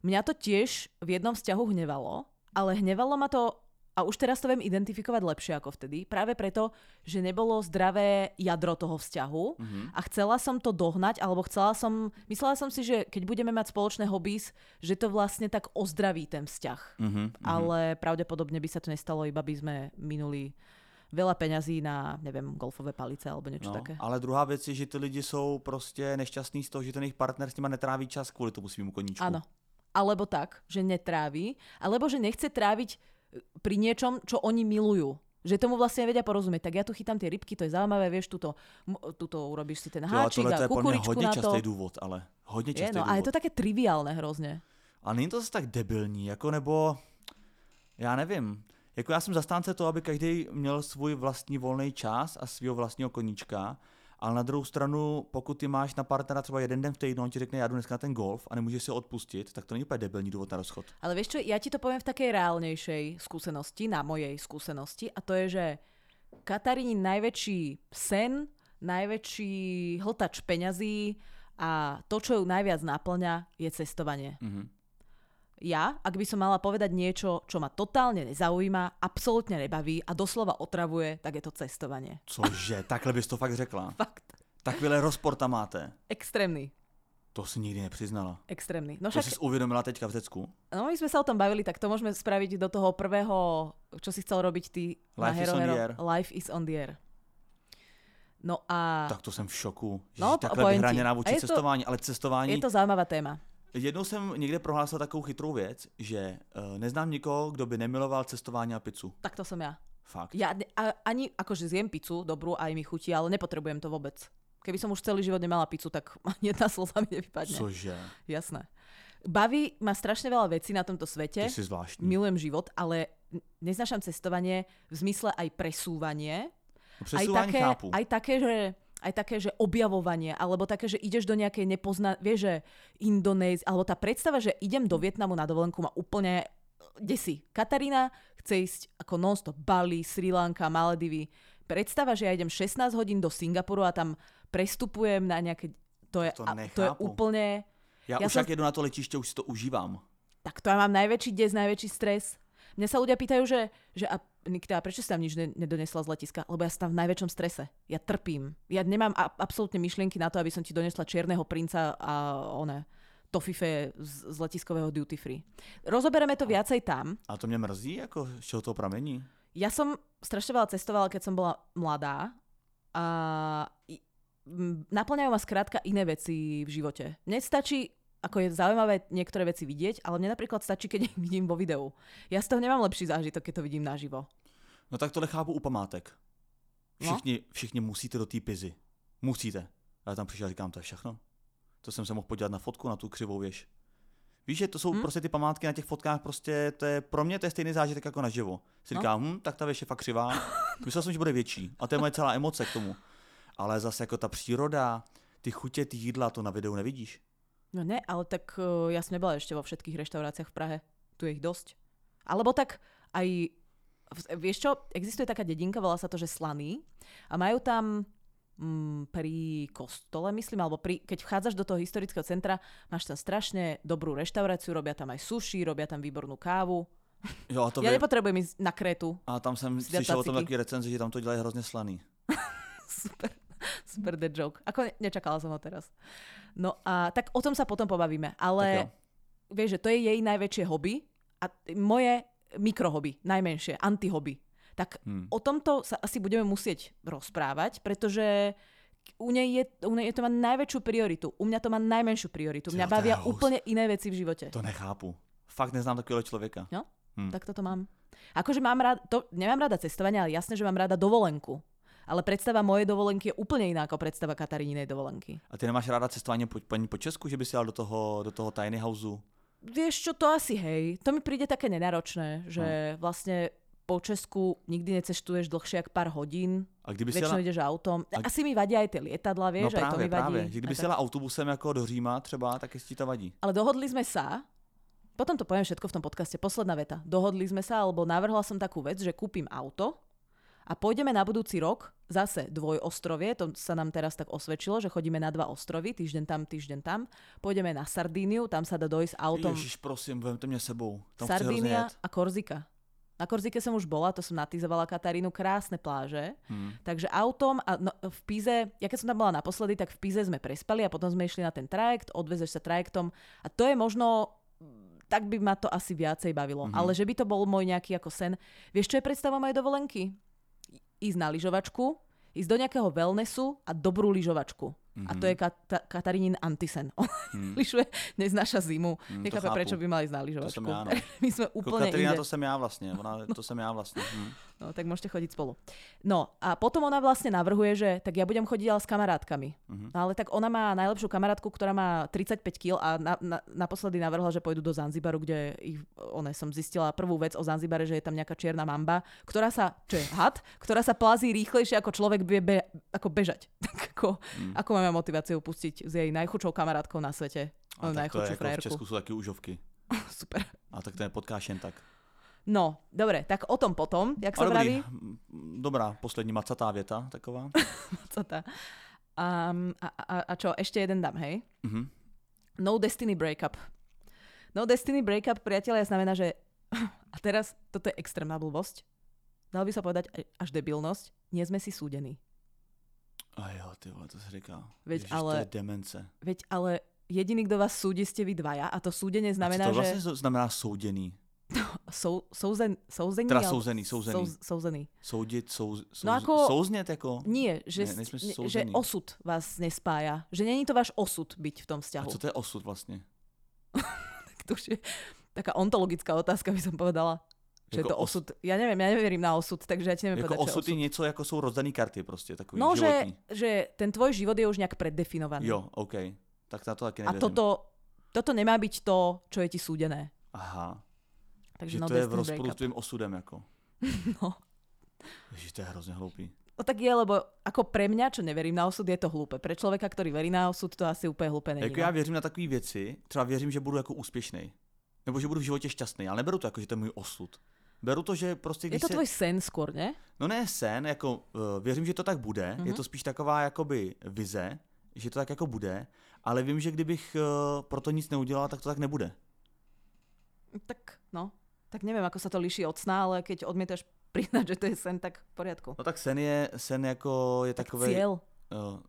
Speaker 2: mňa to tiež v jednom vzťahu hnevalo, ale hnevalo ma to a už teraz to viem identifikovať lepšie ako vtedy, práve preto, že nebolo zdravé jadro toho vzťahu
Speaker 1: Mhm.
Speaker 2: a chcela som to dohnať, alebo chcela som, myslela som si, že keď budeme mať spoločné hobbies, že to vlastne tak ozdraví ten vzťah.
Speaker 1: Mhm, mhm.
Speaker 2: Ale pravdepodobne by sa to nestalo, iba by sme minuli veľa peňazí na, neviem, golfové palice alebo niečo
Speaker 1: No,
Speaker 2: no, také.
Speaker 1: ale druhá věc je, že ty lidi jsou prostě nešťastní z toho, že ten jejich partner s nima netráví čas kvůli tomu svýmu koníčku.
Speaker 2: Áno. Alebo tak, že netrávi, alebo že nechce tráviť e, pri niečom, čo oni milujú. Že tomu vlastne vedia porozumieť. Tak ja tu chytám tie rybky, to je zaujímavé, vieš, tuto, m- tuto urobíš si ten
Speaker 1: Jo, a
Speaker 2: háčik
Speaker 1: tohle to
Speaker 2: a
Speaker 1: je pro mě
Speaker 2: kukuričku
Speaker 1: hodně
Speaker 2: na to.
Speaker 1: častý důvod, ale hodně
Speaker 2: Je,
Speaker 1: častý
Speaker 2: no,
Speaker 1: důvod.
Speaker 2: a je to také triviálne hrozne.
Speaker 1: A není to zase tak debilní, jako nebo, já nevím, jako já jsem zastánce toho, aby každý měl svůj vlastní volný čas a svého vlastního koníčka, ale na druhou stranu, pokud ty máš na partnera třeba jeden den v týdnu, on ti řekne, já jdu dneska na ten golf a nemůžeš si ho odpustit, tak to není úplně debilní důvod na rozchod.
Speaker 2: Ale vieš čo, ja ti to poviem v takej reálnejšej skúsenosti, na mojej skúsenosti, a to je, že Katarín najväčší sen, najväčší hltač peňazí a to, čo ju najviac naplňa, je cestovanie.
Speaker 1: Mhm.
Speaker 2: Ja, ak by som mala povedať niečo, čo ma totálne nezaujíma, absolútne nebaví a doslova otravuje, tak je to cestovanie.
Speaker 1: Cože, takhle bys to fakt řekla.
Speaker 2: Fakt.
Speaker 1: Takovýhle rozpor tam máte.
Speaker 2: Extrémny.
Speaker 1: To si nikdy nepřiznala.
Speaker 2: Extrémny. No
Speaker 1: To
Speaker 2: však
Speaker 1: jsi uvědomila teďka v Řecku.
Speaker 2: No my sme sa o tom bavili, tak to môžeme spraviť do toho prvého, čo si chcel robiť ty. na
Speaker 1: Life is
Speaker 2: Hero
Speaker 1: on the
Speaker 2: Hero.
Speaker 1: air.
Speaker 2: Life is on the air. No a
Speaker 1: Tak to jsem v šoku. Že
Speaker 2: No,
Speaker 1: no,
Speaker 2: po-
Speaker 1: takhle
Speaker 2: povím ti.
Speaker 1: vyhraněná
Speaker 2: A
Speaker 1: vůči
Speaker 2: je to-
Speaker 1: cestování, ale cestování
Speaker 2: je to zaujímavá téma.
Speaker 1: Jednou jsem někde prohlásil takovou chytrou věc, že uh, neznám nikoho, kdo by nemiloval cestování a pizzu.
Speaker 2: Tak to som ja.
Speaker 1: Fakt.
Speaker 2: Ja ne- a, ani, akože zjem pizzu, dobrú, aj mi chutí, ale nepotrebujem to vôbec. Keby som už celý život nemala pizzu, tak ani jedna slza mi nevypadne. So...
Speaker 1: Cože?
Speaker 2: Jasné. Baví ma strašne veľa vecí na tomto svete.
Speaker 1: Ty jsi zvláštní. No Mil...
Speaker 2: Milujem život, ale neznášam cestovanie v zmysle aj presúvanie. aj
Speaker 1: Přesouvání
Speaker 2: také,
Speaker 1: chápu.
Speaker 2: aj také, že aj také, že objavovanie, alebo také, že ideš do nejakej nepozna... vieš, že Indonéz, alebo tá predstava, že idem do Vietnamu na dovolenku ma úplne e, desí. Katarína chce ísť ako nonstop Bali, Sri Lanka, Maledivy. Predstava, že ja idem 16 hodín do Singapuru a tam prestupujem na nejaké... To je,
Speaker 1: To
Speaker 2: a- to je
Speaker 1: nechápu.
Speaker 2: úplne...
Speaker 1: Já,
Speaker 2: já
Speaker 1: já už
Speaker 2: jsem-
Speaker 1: jak jedu na to letiště, už si to užívám.
Speaker 2: Tak to ja mám najväčší des, najväčší stres. Mňa sa ľudia pýtajú, že, že a, Nikita, a prečo si tam nič ne- nedonesla z letiska? Lebo ja som tam v najväčšom strese. Ja trpím. Ja nemám a- absolútne myšlienky na to, aby som ti donesla čierneho princa a one tofife z, z letiskového duty free. Rozobereme to viacej tam.
Speaker 1: A to mě mrzí, jako z čeho to pramení.
Speaker 2: Ja som strašne veľa cestovala, keď som bola mladá a i- m, naplňajú ma skrátka iné veci v živote. Mne stačí, ako je zaujímavé niektoré veci vidieť, ale mne napríklad stačí, keď ich vidím vo videu. Ja z toho nemám lepší zážitok, keď to vidím naživo.
Speaker 1: No tak tohle chápu u památek.
Speaker 2: No.
Speaker 1: Všichni, všichni musíte do té pizy. Musíte. A já tam přišel a říkám, to je všechno. To jsem se mohl podívat na fotku, na tu křivou věž. Víš, že to jsou
Speaker 2: Hm?
Speaker 1: hmm? prostě ty památky na těch fotkách, prostě to je, pro mě to je stejný zážitek jako naživo. Si
Speaker 2: No.
Speaker 1: říkám, hm, tak ta věž je fakt křivá. Myslel jsem, že bude větší. A to je moje celá emoce k tomu. Ale zase jako ta příroda, ty chutě, ty jídla, to na videu nevidíš.
Speaker 2: No ne, ale tak eh, ja som nebola ešte vo všetkých reštauráciách v Prahe. Tu je ich dosť. Alebo tak aj... v- Vieš čo, existuje taká dedinka, volá sa to, že Slaný. A majú tam mm, pri kostole, myslím, alebo pri, keď vchádzaš do toho historického centra, máš tam strašne dobrú reštauráciu, robia tam aj sushi, robia tam výbornú kávu.
Speaker 1: Jo, a to
Speaker 2: ja
Speaker 1: vy...
Speaker 2: nepotrebujem ísť na Kretu.
Speaker 1: A tam jsem
Speaker 2: Si dát
Speaker 1: slyšel o tom
Speaker 2: taciky.
Speaker 1: takový recenze, že tam to dělají hrozně slaný.
Speaker 2: Super. Super the joke. Ako ne- nečakala som ho teraz. No a tak o tom sa potom pobavíme. Ale
Speaker 1: Tak jo.
Speaker 2: vieš, že to je jej najväčšie hobby a t- moje mikrohobby, najmenšie, antihobby. Tak
Speaker 1: Hm.
Speaker 2: o tomto sa asi budeme musieť rozprávať, pretože u nej, je, u nej je to má najväčšiu prioritu. U mňa to má najmenšiu prioritu.
Speaker 1: Ty
Speaker 2: Mňa
Speaker 1: jo, to je
Speaker 2: bavia
Speaker 1: hus.
Speaker 2: úplne iné veci v živote. No?
Speaker 1: To nechápu. Fakt neznám takového člověka. Hm.
Speaker 2: Tak toto mám. Akože mám rád, to, nemám rada cestovanie, ale jasné, že mám rada dovolenku. Ale predstava mojej dovolenky je úplne iná ako predstava Kataríninej dovolenky.
Speaker 1: A ty nemáš ráda cestování po, paní po Česku, že by si jel do toho, do toho tiny houseu?
Speaker 2: Vieš čo, to asi hej. To mi príde také nenáročné,
Speaker 1: No.
Speaker 2: že vlastne po Česku nikdy necestuješ dlhšie ako pár hodín.
Speaker 1: A kdyby si jela...
Speaker 2: Väčšinou ideš autom.
Speaker 1: A-
Speaker 2: Asi mi vadia aj tie lietadla,
Speaker 1: No
Speaker 2: vieš, aj to
Speaker 1: právě,
Speaker 2: mi vadí.
Speaker 1: právě. Že kdyby
Speaker 2: Aj
Speaker 1: si
Speaker 2: tak.
Speaker 1: jela autobusem jako do Říma třeba, tak jestli ti to vadí.
Speaker 2: Ale dohodli sme sa, potom to poviem všetko v tom podcaste, posledná veta. Dohodli sme sa, alebo navrhla som takú vec, že kúpim auto a pôjdeme na budúci rok zase dvojostrovie, to sa nám teraz tak osvedčilo, že chodíme na dva ostrovy, týždeň tam, týždeň tam. Pôjdeme na Sardíniu, tam sa dá dojsť autom.
Speaker 1: Ježiš, prosím, vemte mě sebou. Tam chci hrozně
Speaker 2: Sardínia
Speaker 1: jet.
Speaker 2: a Korzika. Na Korzike som už bola, to som natizovala Katarínu, krásne pláže.
Speaker 1: Hm.
Speaker 2: Takže autom a no, v Píze, ja keď som tam bola naposledy, tak v Píze sme prespali a potom sme išli na ten trajekt, odvezeš sa trajektom a to je možno mm, tak by ma to asi viacej bavilo.
Speaker 1: Mhm.
Speaker 2: Mm-hmm. Ale že by to bol môj nejaký ako sen. Vieš, čo je predstava mojej dovolenky? I- Ísť na lyžovačku, ísť do nejakého wellnessu a dobrú lyžovačku.
Speaker 1: Mhm.
Speaker 2: Mm-hmm. A to je Kat- Katarínin antisen. On
Speaker 1: Hm.
Speaker 2: lyžuje, neznáša zimu.
Speaker 1: Hm,
Speaker 2: Mm,
Speaker 1: to
Speaker 2: Nechápe,
Speaker 1: chápu.
Speaker 2: prečo by mal ísť na
Speaker 1: To
Speaker 2: lyžovačku.
Speaker 1: jsem já, no.
Speaker 2: My sme
Speaker 1: Jako
Speaker 2: úplne
Speaker 1: Katerina,
Speaker 2: inde.
Speaker 1: to jsem já vlastně. Ona, to jsem já vlastně. Hm.
Speaker 2: No, tak môžete chodiť spolu. No a potom ona vlastne navrhuje, že tak ja budem chodiť ale s kamarátkami.
Speaker 1: Mhm.
Speaker 2: No ale tak ona má najlepšiu kamarátku, ktorá má 35 kg a na, na, naposledy navrhla, že pôjdu do Zanzibaru, kde ich, ona som zistila prvú vec o Zanzibare, že je tam nejaká čierna mamba, ktorá sa, čo je had, ktorá sa plazí rýchlejšie ako človek vie be, ako bežať. Tak ako,
Speaker 1: Mhm.
Speaker 2: ako máme motiváciu pustiť s jej najchudšou kamarátkou na svete.
Speaker 1: A tak
Speaker 2: Ona
Speaker 1: to je
Speaker 2: najchudšiu
Speaker 1: jako v
Speaker 2: frajerku.
Speaker 1: Česku jsou taky užovky.
Speaker 2: Super.
Speaker 1: A tak to je potkáš jen tak.
Speaker 2: No, dobre, tak o tom potom, jak
Speaker 1: A
Speaker 2: sa
Speaker 1: dobrý,
Speaker 2: vraví.
Speaker 1: m, dobrá, poslední macatá věta taková.
Speaker 2: Co tá? A, a, a, a čo, ešte jeden dám, hej?
Speaker 1: Mhm.
Speaker 2: No Destiny Breakup. No Destiny Breakup, priatelia, znamená, že... A teraz, toto je extrémna blbosť. Dal by sa povedať aj- až debilnosť. Nie sme si súdení.
Speaker 1: A jo, ty vole, to se říká.
Speaker 2: Veď
Speaker 1: Ježiš,
Speaker 2: ale-
Speaker 1: to je demence.
Speaker 2: Veď ale jediný, kto vás súdi, ste vy dvaja. A to súdenie
Speaker 1: a
Speaker 2: znamená,
Speaker 1: to, vlastne- to
Speaker 2: že...
Speaker 1: vlastně znamená souděný.
Speaker 2: Sou, souzen, souzení,
Speaker 1: Teda
Speaker 2: alebo-
Speaker 1: souzený, souzený.
Speaker 2: Souz, souzený.
Speaker 1: Soudit, souz, souz,
Speaker 2: No ako-
Speaker 1: souznět jako?
Speaker 2: Nie, že,
Speaker 1: Ne,
Speaker 2: ne,
Speaker 1: nejsme si
Speaker 2: že
Speaker 1: souzení.
Speaker 2: osud vás nespája. Že není to váš osud byť v tom
Speaker 1: A
Speaker 2: vzťahu.
Speaker 1: co to je osud vlastně?
Speaker 2: To už je taká ontologická otázka, by som povedala. Že je
Speaker 1: Jako
Speaker 2: to osud. Ja neviem, ja neverím na osud, takže ja ti neviem
Speaker 1: Jako
Speaker 2: povedať, čo je
Speaker 1: osud je něco, jako jsou rozdaný karty prostě, takový
Speaker 2: No, že,
Speaker 1: životní.
Speaker 2: že ten tvoj život je už nejak predefinovaný.
Speaker 1: Jo, OK. Tak na to taky
Speaker 2: a
Speaker 1: nevěřím.
Speaker 2: toto, toto nemá byť to, čo je ti súdené.
Speaker 1: Aha,
Speaker 2: Takže
Speaker 1: že
Speaker 2: no
Speaker 1: to je v
Speaker 2: destiny
Speaker 1: rozporu s
Speaker 2: breakup.
Speaker 1: tvým osudem jako.
Speaker 2: No.
Speaker 1: Ježiš, to je hrozně hloupý.
Speaker 2: No tak je, lebo ako pre mňa, čo neverím na osud, je to hlúpe. Pre človeka, ktorý verí na osud, to asi úplne hlúpe není. no.
Speaker 1: Jako já věřím na takové věci, třeba věřím, že budu jako úspěšný. Nebo že budu v životě šťastný, ale neberu to jako, že to je můj osud. Beru to, že prostě
Speaker 2: je
Speaker 1: když
Speaker 2: to
Speaker 1: se...
Speaker 2: tvoj sen skôr, ne?
Speaker 1: No ne sen, jako eh, věřím, že to tak bude,
Speaker 2: Mhm.
Speaker 1: je to spíš taková jakoby vize, že to tak jako bude, ale vím, že kdybych eh, pro to nic neudělal, tak to tak nebude.
Speaker 2: Tak no. Tak neviem, ako sa to líši od sna, ale keď odmietaš priznať, že to je sen, tak v poriadku.
Speaker 1: No tak sen je, sen jako je takový...
Speaker 2: Cieľ.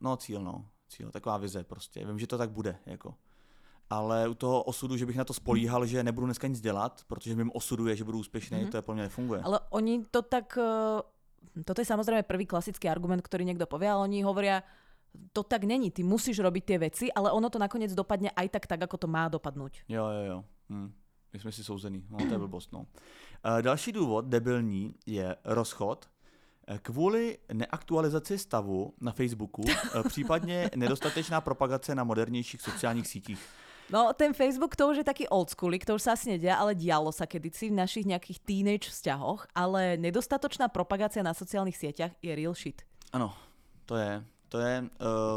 Speaker 1: No cíl, no. Cíl, taková vize prostě. Vím, že to tak bude, jako. Ale u toho osudu, že bych na to spolíhal, že nebudu dneska nic dělat, protože v mém osudu je, že budu úspěšný,
Speaker 2: Mhm.
Speaker 1: to je pro mě nefunguje.
Speaker 2: Ale oni to tak... eh, Toto je samozrejme prvý klasický argument, ktorý niekto povie, ale oni hovoria, to tak není, ty musíš robiť tie veci, ale ono to nakoniec dopadne aj tak, tak ako to má dopadnúť.
Speaker 1: Jo, jo, jo. Hm. My jsme si souzený. No, to je blbost, no. Eh, Další důvod, debilní, je rozchod. Eh, Kvůli neaktualizaci stavu na Facebooku, eh, případně nedostatečná propagace na modernějších sociálních sítích.
Speaker 2: No ten Facebook to už je taký oldschoolik, to už sa asi nedia, ale dialo sa kedysi v našich nejakých teenage vzťahoch, ale nedostatočná propagácia na sociálnych sieťach je real shit.
Speaker 1: Ano, to je. To je, eh,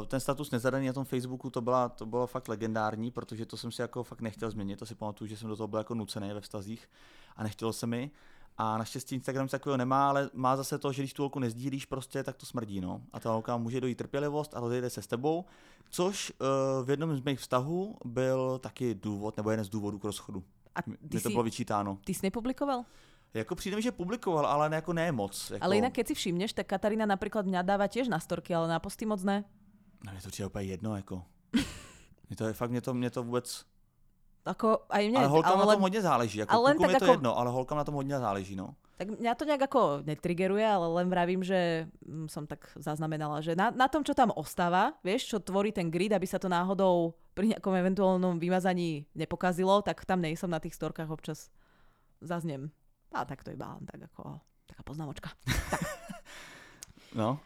Speaker 1: ten status nezadaný na tom Facebooku, to, byla, to bylo fakt legendární, protože to jsem si jako fakt nechtěl změnit, to si pamatuju, že jsem do toho byl jako nucený ve vztazích a nechtělo se mi. A naštěstí Instagram takového nemá, ale má zase to, že když tu holku nezdílíš prostě, tak to smrdí, no. A ta holka může dojít trpělivost a rozejde se s tebou, což eh, v jednom z mých vztahů byl taky důvod, nebo jeden z důvodů k rozchodu.
Speaker 2: A ty
Speaker 1: Mně to
Speaker 2: si,
Speaker 1: bylo vyčítáno.
Speaker 2: ty si nepublikoval?
Speaker 1: Jako přijde mi, že publikoval, ale jako ne moc. Jako,
Speaker 2: Ale inak keď si všimneš, tak Katarína napríklad mňa dáva tiež na storky, ale na posty moc ne.
Speaker 1: No mně to přijde úplně jedno, jako. Mě to je fakt, mě to, mě to vůbec...
Speaker 2: Ako, aj mne,
Speaker 1: ale holkám
Speaker 2: ale,
Speaker 1: na tom hodně záleží, jako
Speaker 2: ale
Speaker 1: ale
Speaker 2: len
Speaker 1: klukům
Speaker 2: tak
Speaker 1: je to
Speaker 2: ako-
Speaker 1: jedno, ale holkám na tom hodně záleží, no.
Speaker 2: tak mňa to nejak ako netrigeruje, ale len vravím, že mm, som tak zaznamenala, že na, na tom, čo tam ostáva, vieš, čo tvorí ten grid, aby sa to náhodou pri nejakom eventuálnom vymazaní nepokazilo, tak tam nejsom na tých storkách občas zaznem. A tak to iba len tak ako taká poznámočka.
Speaker 1: No,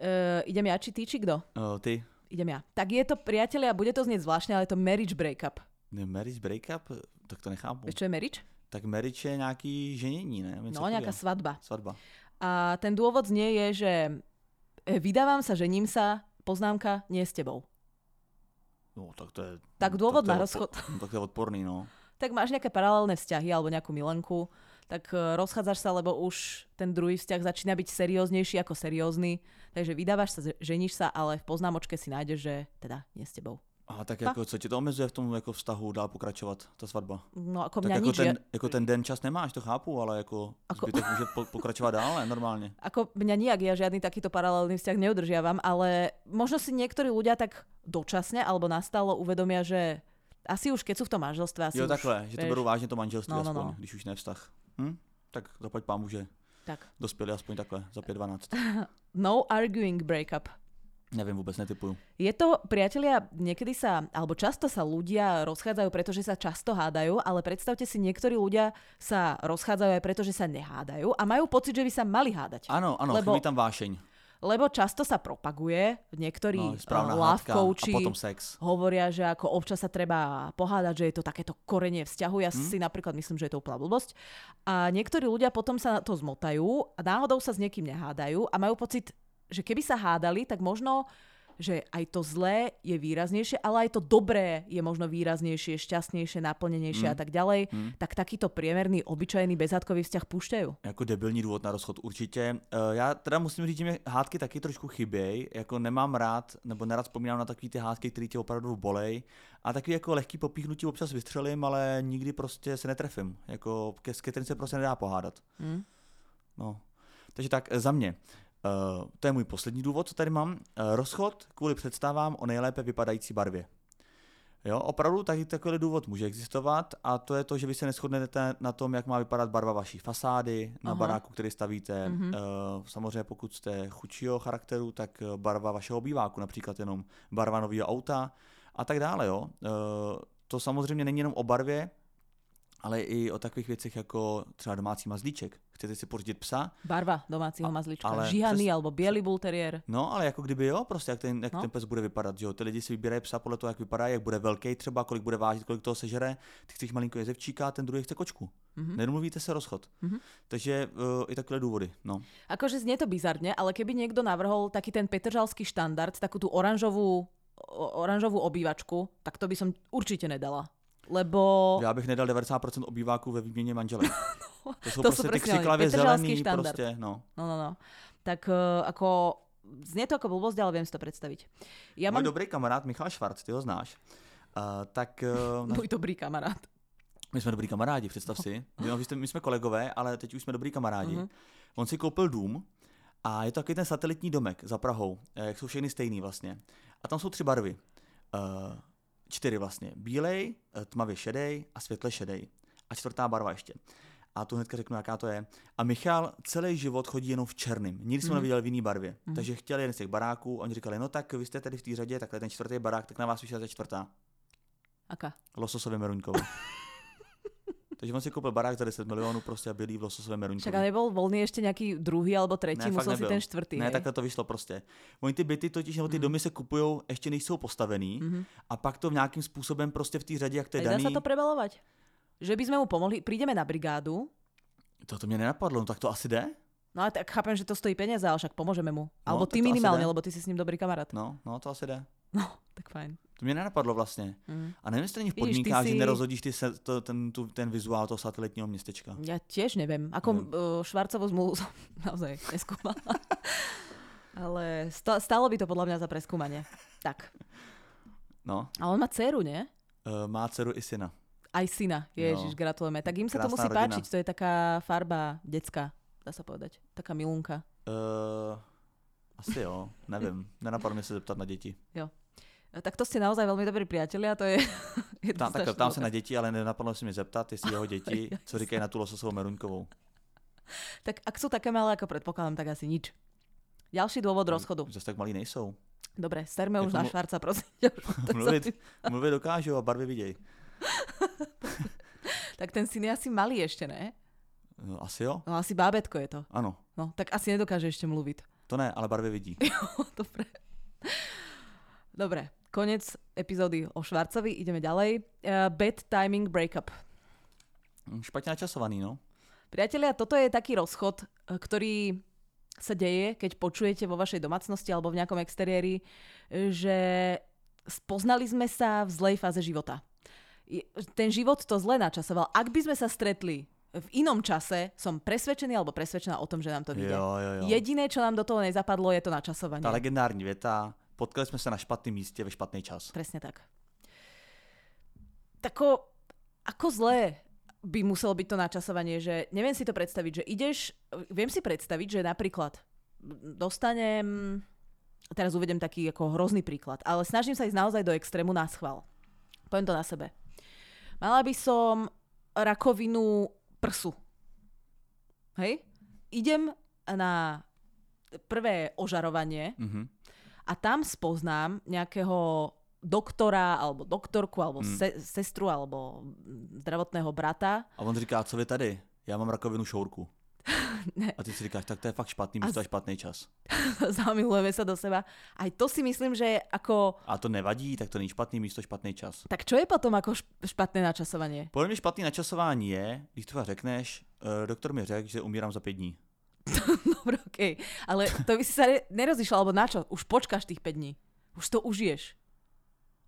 Speaker 2: E, idem ja, či ty, či kto?
Speaker 1: uh, ty,
Speaker 2: Idem ja. Tak je to, priatelia, bude to znieť zvláštne, ale je to marriage breakup.
Speaker 1: ne, marriage breakup, tak to nechápu.
Speaker 2: Vieš, čo je marriage?
Speaker 1: Tak marriage je nějaký ženění, ne? Něco
Speaker 2: No, nejaká
Speaker 1: takového.
Speaker 2: svadba.
Speaker 1: Svatba.
Speaker 2: A ten dôvod znie je, že e, vydávam sa, žením sa, poznámka nie s tebou.
Speaker 1: No, tak to je...
Speaker 2: Tak
Speaker 1: no,
Speaker 2: dôvod
Speaker 1: to je
Speaker 2: na
Speaker 1: odpo-
Speaker 2: rozchod.
Speaker 1: No, tak to je odporný, no.
Speaker 2: Tak máš nejaké paralelné vzťahy alebo nejakú milenku, tak e, rozchádzaš sa, lebo už ten druhý vzťah začína byť serióznejší ako seriózny. Takže vydávaš sa, ženíš sa, ale v poznámočke si nájdeš, že teda nie s tebou.
Speaker 1: A tak jako, co tě to omezuje v tom jako vztahu dál pokračovat, ta svatba?
Speaker 2: No ako
Speaker 1: Tak
Speaker 2: mňa
Speaker 1: jako
Speaker 2: nič,
Speaker 1: ten,
Speaker 2: že,
Speaker 1: jako ten den čas nemáš, to chápu, ale jako,
Speaker 2: Ako-
Speaker 1: ako... zbytek může po, pokračovat dál, ne? Normálně.
Speaker 2: ako mňa nijak, ja žiadny takýto paralelný vzťah neudržiavam, ale možno si niektorí ľudia tak dočasne alebo nastalo uvedomia, že asi už keď sú v tom manželstve, asi
Speaker 1: jo,
Speaker 2: už,
Speaker 1: takhle, že to
Speaker 2: vieš.
Speaker 1: berou vážně to manželství
Speaker 2: No, no,
Speaker 1: aspoň,
Speaker 2: no.
Speaker 1: když už ne vztah. Hm? Tak zaplať pámu, že
Speaker 2: tak.
Speaker 1: dospěli aspoň takhle za 5-12.
Speaker 2: No arguing breakup.
Speaker 1: Nevím, vůbec netypuju.
Speaker 2: Je to, priatelia, niekedy sa, alebo často sa ľudia rozchádzajú, pretože sa často hádajú, ale predstavte si, niektorí ľudia sa rozchádzajú aj preto, že sa nehádajú a majú pocit, že by sa mali hádať.
Speaker 1: Ano, ano,
Speaker 2: Lebo-
Speaker 1: Lebo... chybí tam vášeň.
Speaker 2: Lebo často sa propaguje, niektorí
Speaker 1: No,
Speaker 2: no,
Speaker 1: správna
Speaker 2: love
Speaker 1: hádka a
Speaker 2: coachi
Speaker 1: potom sex.
Speaker 2: hovoria, že ako občas sa treba pohádať, že je to takéto korenie vzťahu. Ja si napríklad myslím, že je to úplná blbosť. A niektorí ľudia potom sa na to zmotajú a náhodou sa s niekým nehádajú a majú pocit, že keby sa hádali, tak možno že aj to zlé je výraznejšie, ale aj to dobré je možno výraznejšie, šťastnejšie, naplnenejšie a tak ďalej, tak takýto priemerný, obyčajný, bezhádkový vzťah púšťajú.
Speaker 1: Jako debilní důvod na rozchod určitě. Eh, Já teda musím říct, že mě hádky taky trošku chybějí. Jako nemám rád, nebo nerad vzpomínám na takové ty hádky, které tě opravdu bolej. A takový jako lehký popíchnutí občas vystřelím, ale nikdy prostě se netrefím. Jako ke, s kterým se prostě nedá pohádat.
Speaker 2: Hm?
Speaker 1: No. Takže tak, eh, za mě. Uh, to je můj poslední důvod, co tady mám. Uh, rozchod kvůli představám o nejlépe vypadající barvě. Jo, opravdu taky takový důvod může existovat a to je to, že vy se neschodnete na tom, jak má vypadat barva vaší fasády, na
Speaker 2: Aha.
Speaker 1: Aha. baráku, který stavíte.
Speaker 2: Mhm.
Speaker 1: Mm-hmm. samozřejmě pokud jste chudšího charakteru, tak eh, barva vašeho obýváku, například jenom barva nového auta a tak dále. Jo. Eh, to samozřejmě není jenom o barvě, ale i o takových věcech jako třeba domácí mazlíček. Chcete si pořídit psa,
Speaker 2: Barva domácího mazlička,
Speaker 1: ale
Speaker 2: žihaný alebo biely bulteriér.
Speaker 1: No, ale jako kdyby jo, prostě jak ten, jak
Speaker 2: No.
Speaker 1: no. ten pes bude vypadat, že jo. Ty lidi si vybírají psa podle toho, jak vypadá, jak bude velký třeba, kolik bude vážit, kolik toho sežere. Ty chceš malinko jezevčíka, a ten druhý chce kočku.
Speaker 2: Mhm.
Speaker 1: Mm-hmm. Nedomluvíte se rozchod.
Speaker 2: Mhm.
Speaker 1: Mm-hmm. Takže uh, i takové důvody, no.
Speaker 2: Akože znie to bizarne, ale keby niekto navrhol taký ten petržalský štandard, takú tú oranžovú, o- oranžovú obývačku, tak to by som určite nedala. Lebo...
Speaker 1: Já bych nedal 90% obýváků ve výměně manželek. to jsou
Speaker 2: No, to
Speaker 1: prostě
Speaker 2: jsou
Speaker 1: ty
Speaker 2: přesně oni,
Speaker 1: křiklavě
Speaker 2: petržalský
Speaker 1: zelený,
Speaker 2: štandard.
Speaker 1: prostě, no.
Speaker 2: No, no, no. Tak uh, ako... Znie to ako blbosť, ale viem si to predstaviť. Ja
Speaker 1: Já
Speaker 2: mám...
Speaker 1: Můj dobrý kamarád Michal Švarc, ty ho znáš. Uh, Eh, tak uh,
Speaker 2: Môj dobrý kamarát.
Speaker 1: My jsme dobrý kamarádi, představ si. My, no, my jsme- my jsme kolegové, ale teď už jsme dobrý kamarádi. On si koupil dům a je to takový ten satelitní domek za Prahou, eh, jak jsou všechny stejný vlastně. A tam jsou tři barvy. Eh, čtyři vlastně. Bílej, eh, tmavě šedej a světle šedej. A čtvrtá barva ještě. A tu hnedka řeknu, jaká to je. A Michal celý život chodí jenom v černém. Nikdy jsme mm. neviděl v jiný barvě. Mm. Takže chtěl jeden z těch baráků. Oni říkali, no tak vy jste tady v té řadě, takhle ten čtvrtý barák, tak na vás vyšla ta čtvrtá.
Speaker 2: Aká?
Speaker 1: Lososové meruňkové. Takže on si koupil barák za 10 milionů prostě a bydlí v lososové
Speaker 2: Však
Speaker 1: meruňkové.
Speaker 2: ale nebol voľný ešte nejaký druhý alebo tretí,
Speaker 1: Ne, fakt
Speaker 2: musel si
Speaker 1: nebyl.
Speaker 2: ten štvrtý.
Speaker 1: Ne,
Speaker 2: hej? Mhm.
Speaker 1: takhle to vyšlo prostě. Oni ty byty totiž, nebo ty domy se kupují, ještě než jsou postavený a pak to v nějakým způsobem prostě v té řadě, jak to je
Speaker 2: Aj dá
Speaker 1: daný.
Speaker 2: sa Mhm. to prebalovať? Že by sme mu pomohli, prídeme na brigádu,
Speaker 1: to, to mě nenapadlo, no tak to asi jde?
Speaker 2: no ale tak chápem, že to stojí peniaze, ale však pomôžeme mu. Alebo
Speaker 1: No, tak
Speaker 2: ty
Speaker 1: to asi
Speaker 2: minimálne,
Speaker 1: dá.
Speaker 2: lebo ty si s ním dobrý kamarát.
Speaker 1: No, no to asi jde.
Speaker 2: No, tak fajn.
Speaker 1: To mě nenapadlo vlastně.
Speaker 2: Mm.
Speaker 1: A nevím, jestli není v
Speaker 2: Vidíš, ty
Speaker 1: podmínkách, že
Speaker 2: si-
Speaker 1: nerozhodíš ty se, to, ten, tu, ten vizuál toho satelitního městečka.
Speaker 2: Ja tiež neviem. Ako
Speaker 1: Neviem.
Speaker 2: uh, Švarcovú zmluvu som naozaj neskúmala. ale sta- stálo by to podľa mňa za preskúmanie. Tak.
Speaker 1: No,
Speaker 2: A on má dceru, nie?
Speaker 1: e, má dceru i syna.
Speaker 2: Aj syna. Ježiš,
Speaker 1: No.
Speaker 2: gratulujeme. Tak im sa to
Speaker 1: Krásna
Speaker 2: musí
Speaker 1: rodina.
Speaker 2: páčiť. To je taká farba detská, dá sa povedať. Taká milunka.
Speaker 1: E, asi jo, nevím. Nenapadlo mě se zeptat na děti.
Speaker 2: E, Tak to ste naozaj veľmi dobrí priatelia, to je
Speaker 1: Tam,
Speaker 2: jednoznačný
Speaker 1: tak tam se
Speaker 2: dôkaz.
Speaker 1: na děti, ale nenapadlo se mi zeptat, jestli jeho děti, co říkají na tu lososovou meruňkovou.
Speaker 2: Tak ak sú také malé, ako predpokladám, tak asi nič. Ďalší dôvod
Speaker 1: Mm.
Speaker 2: rozchodu.
Speaker 1: Zase tak malí nejsou.
Speaker 2: Dobre, serme už
Speaker 1: Ako
Speaker 2: na
Speaker 1: mo-
Speaker 2: Švarca, prosím. ťa, už tak, sa,
Speaker 1: Mluvit, mluvit dokážou a barvy vidějí.
Speaker 2: tak ten syn je asi malý ešte, ne?
Speaker 1: No, asi jo?
Speaker 2: No asi bábetko je to.
Speaker 1: Ano,
Speaker 2: No, tak asi nedokáže ešte mluviť.
Speaker 1: to ne, ale barvy vidí.
Speaker 2: Dobre. Dobre, konec epizódy o Švarcovi, ideme ďalej. Uh, bad timing breakup.
Speaker 1: Mm, Špatně načasovaný, no.
Speaker 2: Priatelia, toto je taký rozchod, eh, ktorý sa deje, keď počujete vo vašej domácnosti alebo v nejakom exteriéri, eh, že spoznali sme sa v zlej fáze života. Je- Ten život to zle načasoval. Ak by sme sa stretli v inom čase, som presvedčený alebo presvedčená o tom, že nám to vyjde.
Speaker 1: Jo, jo, jo.
Speaker 2: Jediné, čo nám do toho nezapadlo, je to načasovanie.
Speaker 1: Ta legendární věta, potkali jsme se na špatném místě ve špatný čas.
Speaker 2: Presne tak. Tako, ako zlé by muselo byť to načasovanie, že neviem si to predstaviť, že ideš, viem si predstaviť, že napríklad dostanem, teraz uvedem taký ako hrozný príklad, ale snažím sa ísť naozaj do extrému na schvál. Poviem to na sebe. Mala by som rakovinu prsu. Hej? Idem na prvé ožarovanie,
Speaker 1: Mhm.
Speaker 2: a tam spoznám nejakého doktora alebo doktorku alebo
Speaker 1: Mm.
Speaker 2: se, sestru alebo zdravotného brata.
Speaker 1: A on říká, co vy tady? Já mám rakovinu šourku.
Speaker 2: Ne.
Speaker 1: A ty si říkáš, tak to je fakt špatný
Speaker 2: A
Speaker 1: místo a
Speaker 2: z-
Speaker 1: špatný čas.
Speaker 2: Zamilujeme sa do seba. Aj to si myslím, že je ako...
Speaker 1: A to nevadí, tak to není špatný místo, špatný čas.
Speaker 2: Tak čo je potom ako šp- špatné načasovanie?
Speaker 1: Podle mě špatný načasování je, když třeba řekneš, e, doktor mi řekl, že umírám za pět dní.
Speaker 2: Dobre, okej. Ale to by si sa ne- nerozišla, alebo na čo? Už počkáš tých 5 dní. Už to užiješ.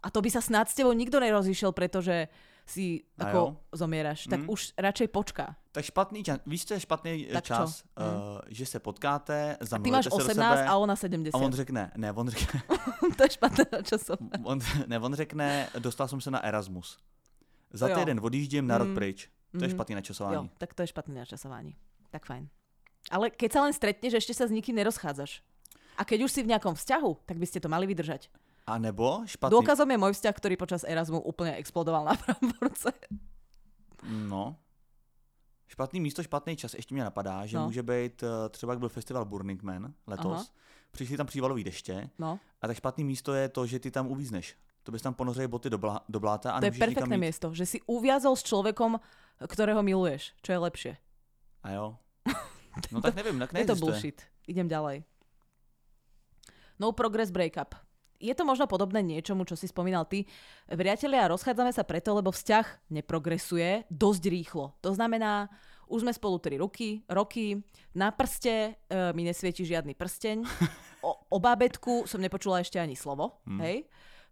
Speaker 2: A to by sa snáď s tebou nikto nerozišiel, pretože si
Speaker 1: A
Speaker 2: ako zomieraš. Tak
Speaker 1: Mm.
Speaker 2: už radšej počká.
Speaker 1: Tak špatný čas, víš, co je špatný e,
Speaker 2: Tak čo?
Speaker 1: čas?
Speaker 2: Mm.
Speaker 1: Uh, že se potkáte,
Speaker 2: A ty máš
Speaker 1: zamilujete se do
Speaker 2: 18
Speaker 1: sebe.
Speaker 2: a ona 70.
Speaker 1: a on řekne, ne, on řekne,
Speaker 2: to je špatné načasovanie.
Speaker 1: on, ne, on řekne, dostal jsem se na Erasmus. Za
Speaker 2: Jo.
Speaker 1: týden odjíždím na rok
Speaker 2: Mm.
Speaker 1: pryč. To je
Speaker 2: Mhm.
Speaker 1: špatný
Speaker 2: Jo,
Speaker 1: načasování.
Speaker 2: tak to je špatné načasovanie. Tak fajn. Ale keď sa len stretneš, ešte sa s nikým nerozchádzaš. A keď už si v nejakom vzťahu, tak by ste to mali vydržať.
Speaker 1: A nebo špatný...
Speaker 2: Dôkazom je môj vzťah, ktorý počas Erasmu úplne explodoval na Framborce.
Speaker 1: No. Špatný místo, špatný čas. Ještě mě napadá, že
Speaker 2: No.
Speaker 1: no. může být eh, třeba, jak byl festival Burning Man letos.
Speaker 2: Aha.
Speaker 1: Aha. Přišli tam přívalový deště
Speaker 2: No,
Speaker 1: a tak špatný místo je to, že ty tam uvízneš. To bys tam ponořili boty do, blá, do bláta a
Speaker 2: to je
Speaker 1: nemůžeš nikam
Speaker 2: perfektné
Speaker 1: jít.
Speaker 2: miesto, že si uviazol s človekom, ktorého miluješ, čo je lepšie.
Speaker 1: A jo. No tak nevím, tak
Speaker 2: Je to
Speaker 1: neexistuje.
Speaker 2: bullshit. Idem ďalej. No progress breakup. Je to možno podobné niečomu, čo si spomínal ty. Priatelia, rozchádzame sa preto, lebo vzťah neprogresuje dosť rýchlo. To znamená, už sme spolu 3 roky, roky na prste e, mi nesvieti žiadny prsteň, o, o bábetku som nepočula ešte ani slovo,
Speaker 1: Hm.
Speaker 2: hmm. hej.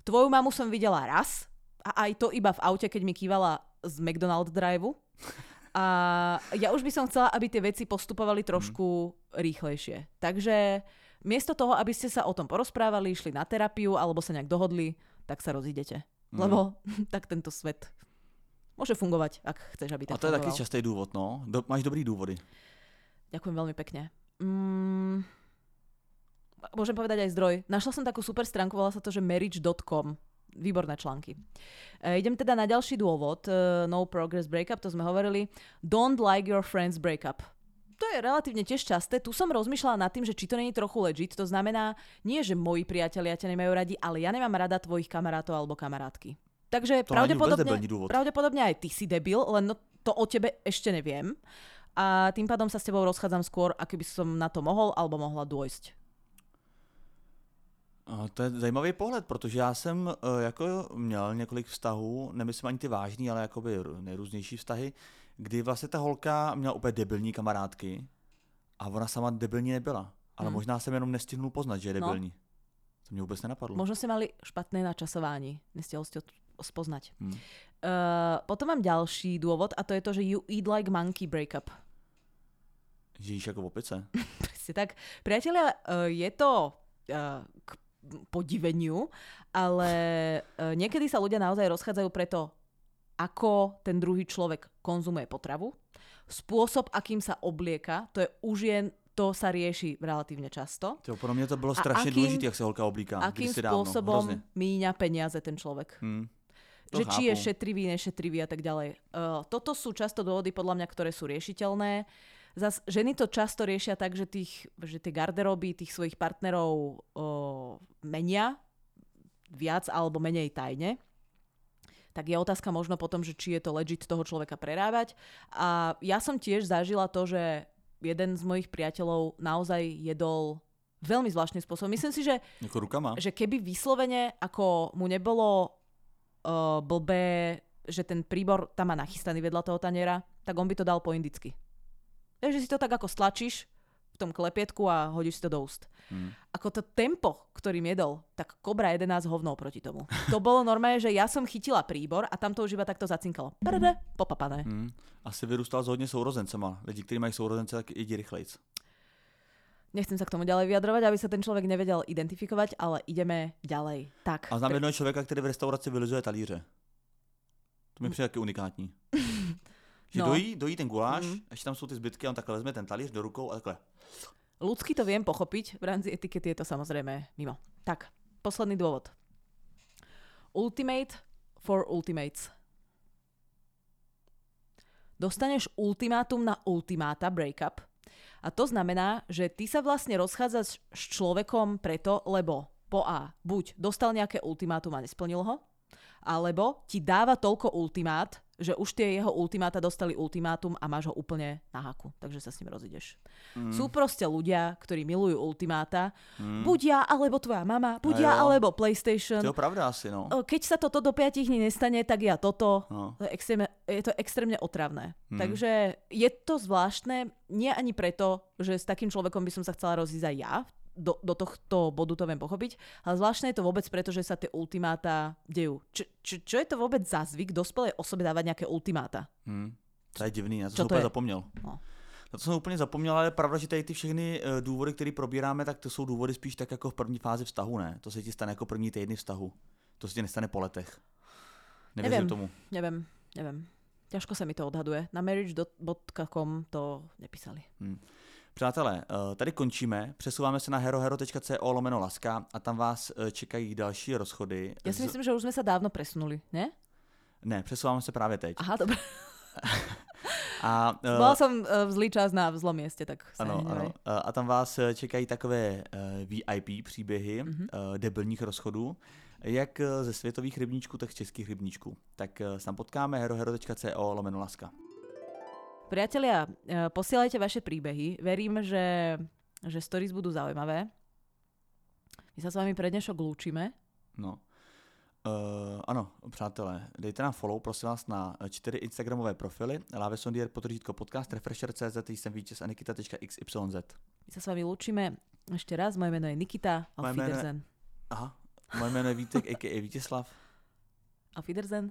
Speaker 2: Tvoju mamu som videla raz a aj to iba v aute, keď mi kývala z McDonald Driveu. A ja už by som chcela, aby tie veci
Speaker 1: Mhm.
Speaker 2: postupovali trošku rýchlejšie. Takže miesto toho, aby ste sa o tom porozprávali, išli na
Speaker 1: Mhm.
Speaker 2: terapiu alebo sa nejak dohodli, tak sa rozídete. Lebo tak tento svet Môže fungovať, ak chceš,
Speaker 1: A
Speaker 2: aby
Speaker 1: to
Speaker 2: tak
Speaker 1: je
Speaker 2: fungoval.
Speaker 1: taky častý důvod, no. Do, máš dobrý důvody.
Speaker 2: Ďakujem veľmi pekne. Mm, môžem povedať aj zdroj. Našla som takú super stránku, volá sa to, že marriage.com. Výborné články. E, idem teda na ďalší dôvod. E, no progress breakup, to sme hovorili. Don't like your friends breakup. To je relatívne tiež časté. Tu som rozmýšľala nad tým, že či to není trochu legit. To znamená, nie že moji priatelia ťa nemajú radi, ale ja nemám rada tvojich kamarátov alebo kamarátky.
Speaker 1: To
Speaker 2: Takže
Speaker 1: ani vôbec
Speaker 2: pravdepodobne,
Speaker 1: debilný dôvod.
Speaker 2: pravdepodobne aj ty si debil, len no, to o tebe ešte neviem. A tým pádom sa s tebou rozchádzam skôr, ako by som na to mohol alebo mohla dôjsť.
Speaker 1: A To je zajímavý pohled, protože já jsem eh, jako měl několik vztahů, nemyslím ani ty vážný, ale jakoby r- nejrůznější vztahy, kdy vlastně ta holka měla úplně debilní kamarádky a ona sama debilní nebyla. Ale
Speaker 2: Hmm.
Speaker 1: možná jsem jenom nestihnul poznat, že je
Speaker 2: No.
Speaker 1: debilní. To mě vůbec nenapadlo.
Speaker 2: Možno ste mali špatné načasování, nestihol ste ho t- spoznať.
Speaker 1: Hm.
Speaker 2: Uh, potom mám ďalší dôvod a to je to, že you eat like monkey breakup.
Speaker 1: Že jíš jako v opice.
Speaker 2: Presne tak. Priatelia, eh, je to eh, k podiveniu, ale eh, niekedy sa ľudia naozaj rozchádzajú preto, ako ten druhý človek konzumuje potravu, spôsob, akým sa oblieka, to je už jen, to sa rieši relatívne často.
Speaker 1: To, pro mě to bylo
Speaker 2: A
Speaker 1: strašně
Speaker 2: akým-
Speaker 1: důležité, jak se holka oblíká.
Speaker 2: Akým
Speaker 1: kdysi dávno.
Speaker 2: spôsobom
Speaker 1: Hrozně.
Speaker 2: míňa peniaze ten človek.
Speaker 1: Hm. To
Speaker 2: že či je
Speaker 1: chápu.
Speaker 2: šetrivý, nešetrivý a tak ďalej. Uh, toto sú často dôvody, podľa mňa, ktoré sú riešiteľné. Zas ženy to často riešia tak, že, tých, že tie garderoby tých svojich partnerov uh, menia viac alebo menej tajne. Tak je otázka možno potom, že či je to legit toho človeka prerábať. A ja som tiež zažila to, že jeden z mojich priateľov naozaj jedol veľmi zvláštnym spôsobom. Myslím si, že
Speaker 1: Jako rukama.
Speaker 2: že keby vyslovene, ako mu nebolo uh, blbé, že ten príbor tam má nachystaný vedľa toho taniera, tak on by to dal po indicky. Takže si to tak ako stlačíš v tom klepietku a hodíš si to do úst.
Speaker 1: Hm.
Speaker 2: Ako to tempo, ktorým jedol, tak Kobra 11 hovnou proti tomu. To bolo normálne, že ja som chytila príbor a tam to už iba takto zacinkalo. Prde, popapané.
Speaker 1: Hm. Asi vyrůstal s hodně sourozencema. Lidi, kteří mají sourozence, tak jedí rychlejc.
Speaker 2: Nechcem sa k tomu ďalej vyjadrovať, aby sa ten človek nevedel identifikovať, ale ideme ďalej. Tak.
Speaker 1: A znám jednoho člověka, který v restauraci vylizuje talíře. To mi přijde taky unikátní. Že
Speaker 2: No.
Speaker 1: no. dojí, dojí ten guláš,
Speaker 2: Mhm.
Speaker 1: mm. ještě tam jsou ty zbytky, a on takhle vezme ten talíř do rukou a takhle.
Speaker 2: Ľudsky to viem pochopiť, v rámci etikety je to samozrejme mimo. Tak, posledný dôvod. Ultimate for ultimates. Dostaneš ultimátum na ultimáta breakup a to znamená, že ty sa vlastne rozchádzaš s človekom preto, lebo po A, buď dostal nejaké ultimátum a nesplnil ho, alebo ti dáva toľko ultimát, že už tie jeho ultimáta dostali ultimátum a máš ho úplne na haku, takže sa s ním rozídeš. Mm. Sú proste ľudia, ktorí milujú ultimáta. Mm. Buď ja, alebo tvoja mama, buď
Speaker 1: No
Speaker 2: ja,
Speaker 1: jo.
Speaker 2: alebo
Speaker 1: To
Speaker 2: PlayStation.
Speaker 1: je pravda asi, no.
Speaker 2: O, Keď sa toto do 5 dní nestane, tak ja toto.
Speaker 1: no.
Speaker 2: To je, extrémne, je to extrémne otravné. Mm.
Speaker 1: Mm.
Speaker 2: Takže je to zvláštne, nie ani preto, že s takým človekom by som sa chcela rozísť aj ja, do, do tohto bodu to viem pochopiť, ale zvláštne je to vôbec preto, že sa tie ultimáta dejú. Č, č, čo je to vôbec za zvyk dospelej osobe dávať nejaké ultimáta?
Speaker 1: Hm. To je divný, na to
Speaker 2: Co
Speaker 1: jsem
Speaker 2: to
Speaker 1: úplně
Speaker 2: je?
Speaker 1: zapomněl.
Speaker 2: No.
Speaker 1: Na to jsem úplně zapomněl, ale je pravda, že tady ty všechny eh, důvody, které probíráme, tak to jsou důvody spíš tak jako v první fázi vztahu, ne? To se ti stane jako první týdny vztahu. To se ti nestane po letech. Nevěřím
Speaker 2: Nevím.
Speaker 1: tomu.
Speaker 2: Neviem, neviem. Ťažko sa mi to odhaduje. Na marriage.com to nepísali.
Speaker 1: Přátelé, eh, tady končíme, přesouváme se na herohero.co lomeno laska a tam vás eh, čekají další rozchody.
Speaker 2: Ja si myslím, že už sme sa dávno presunuli, ne?
Speaker 1: Ne, přesouváme se právě teď.
Speaker 2: Aha, dobre.
Speaker 1: A, eh,
Speaker 2: Bola som eh, v zlý čas na zlom mieste, tak sa
Speaker 1: ano, ano. Eh,
Speaker 2: nehnevaj.
Speaker 1: A tam vás eh, čekají takové eh, VIP příběhy
Speaker 2: Mhm.
Speaker 1: mm-hmm. debilních rozchodů, jak eh, ze světových rybníčků, tak z českých rybníčků. Tak eh, se tam potkáme herohero.co lomeno laska.
Speaker 2: Priatelia, eh, posielajte vaše príbehy. Verím, že, že stories budú zaujímavé. My sa s vami pre dnešok lúčime.
Speaker 1: No. Uh, ano, přátelé, dejte nám follow, prosím vás, na eh, čtyři Instagramové profily. Láve Sondier, potržítko podcast, refresher.cz, jsem vítěz a nikita.xyz.
Speaker 2: My sa s vami lúčime ešte raz. Moje meno je Nikita. Auf
Speaker 1: Moje meno je-
Speaker 2: Wiedersehen.
Speaker 1: Aha, moje jméno je Vítek, a.k.a. Vítězslav.
Speaker 2: Auf Wiedersehen.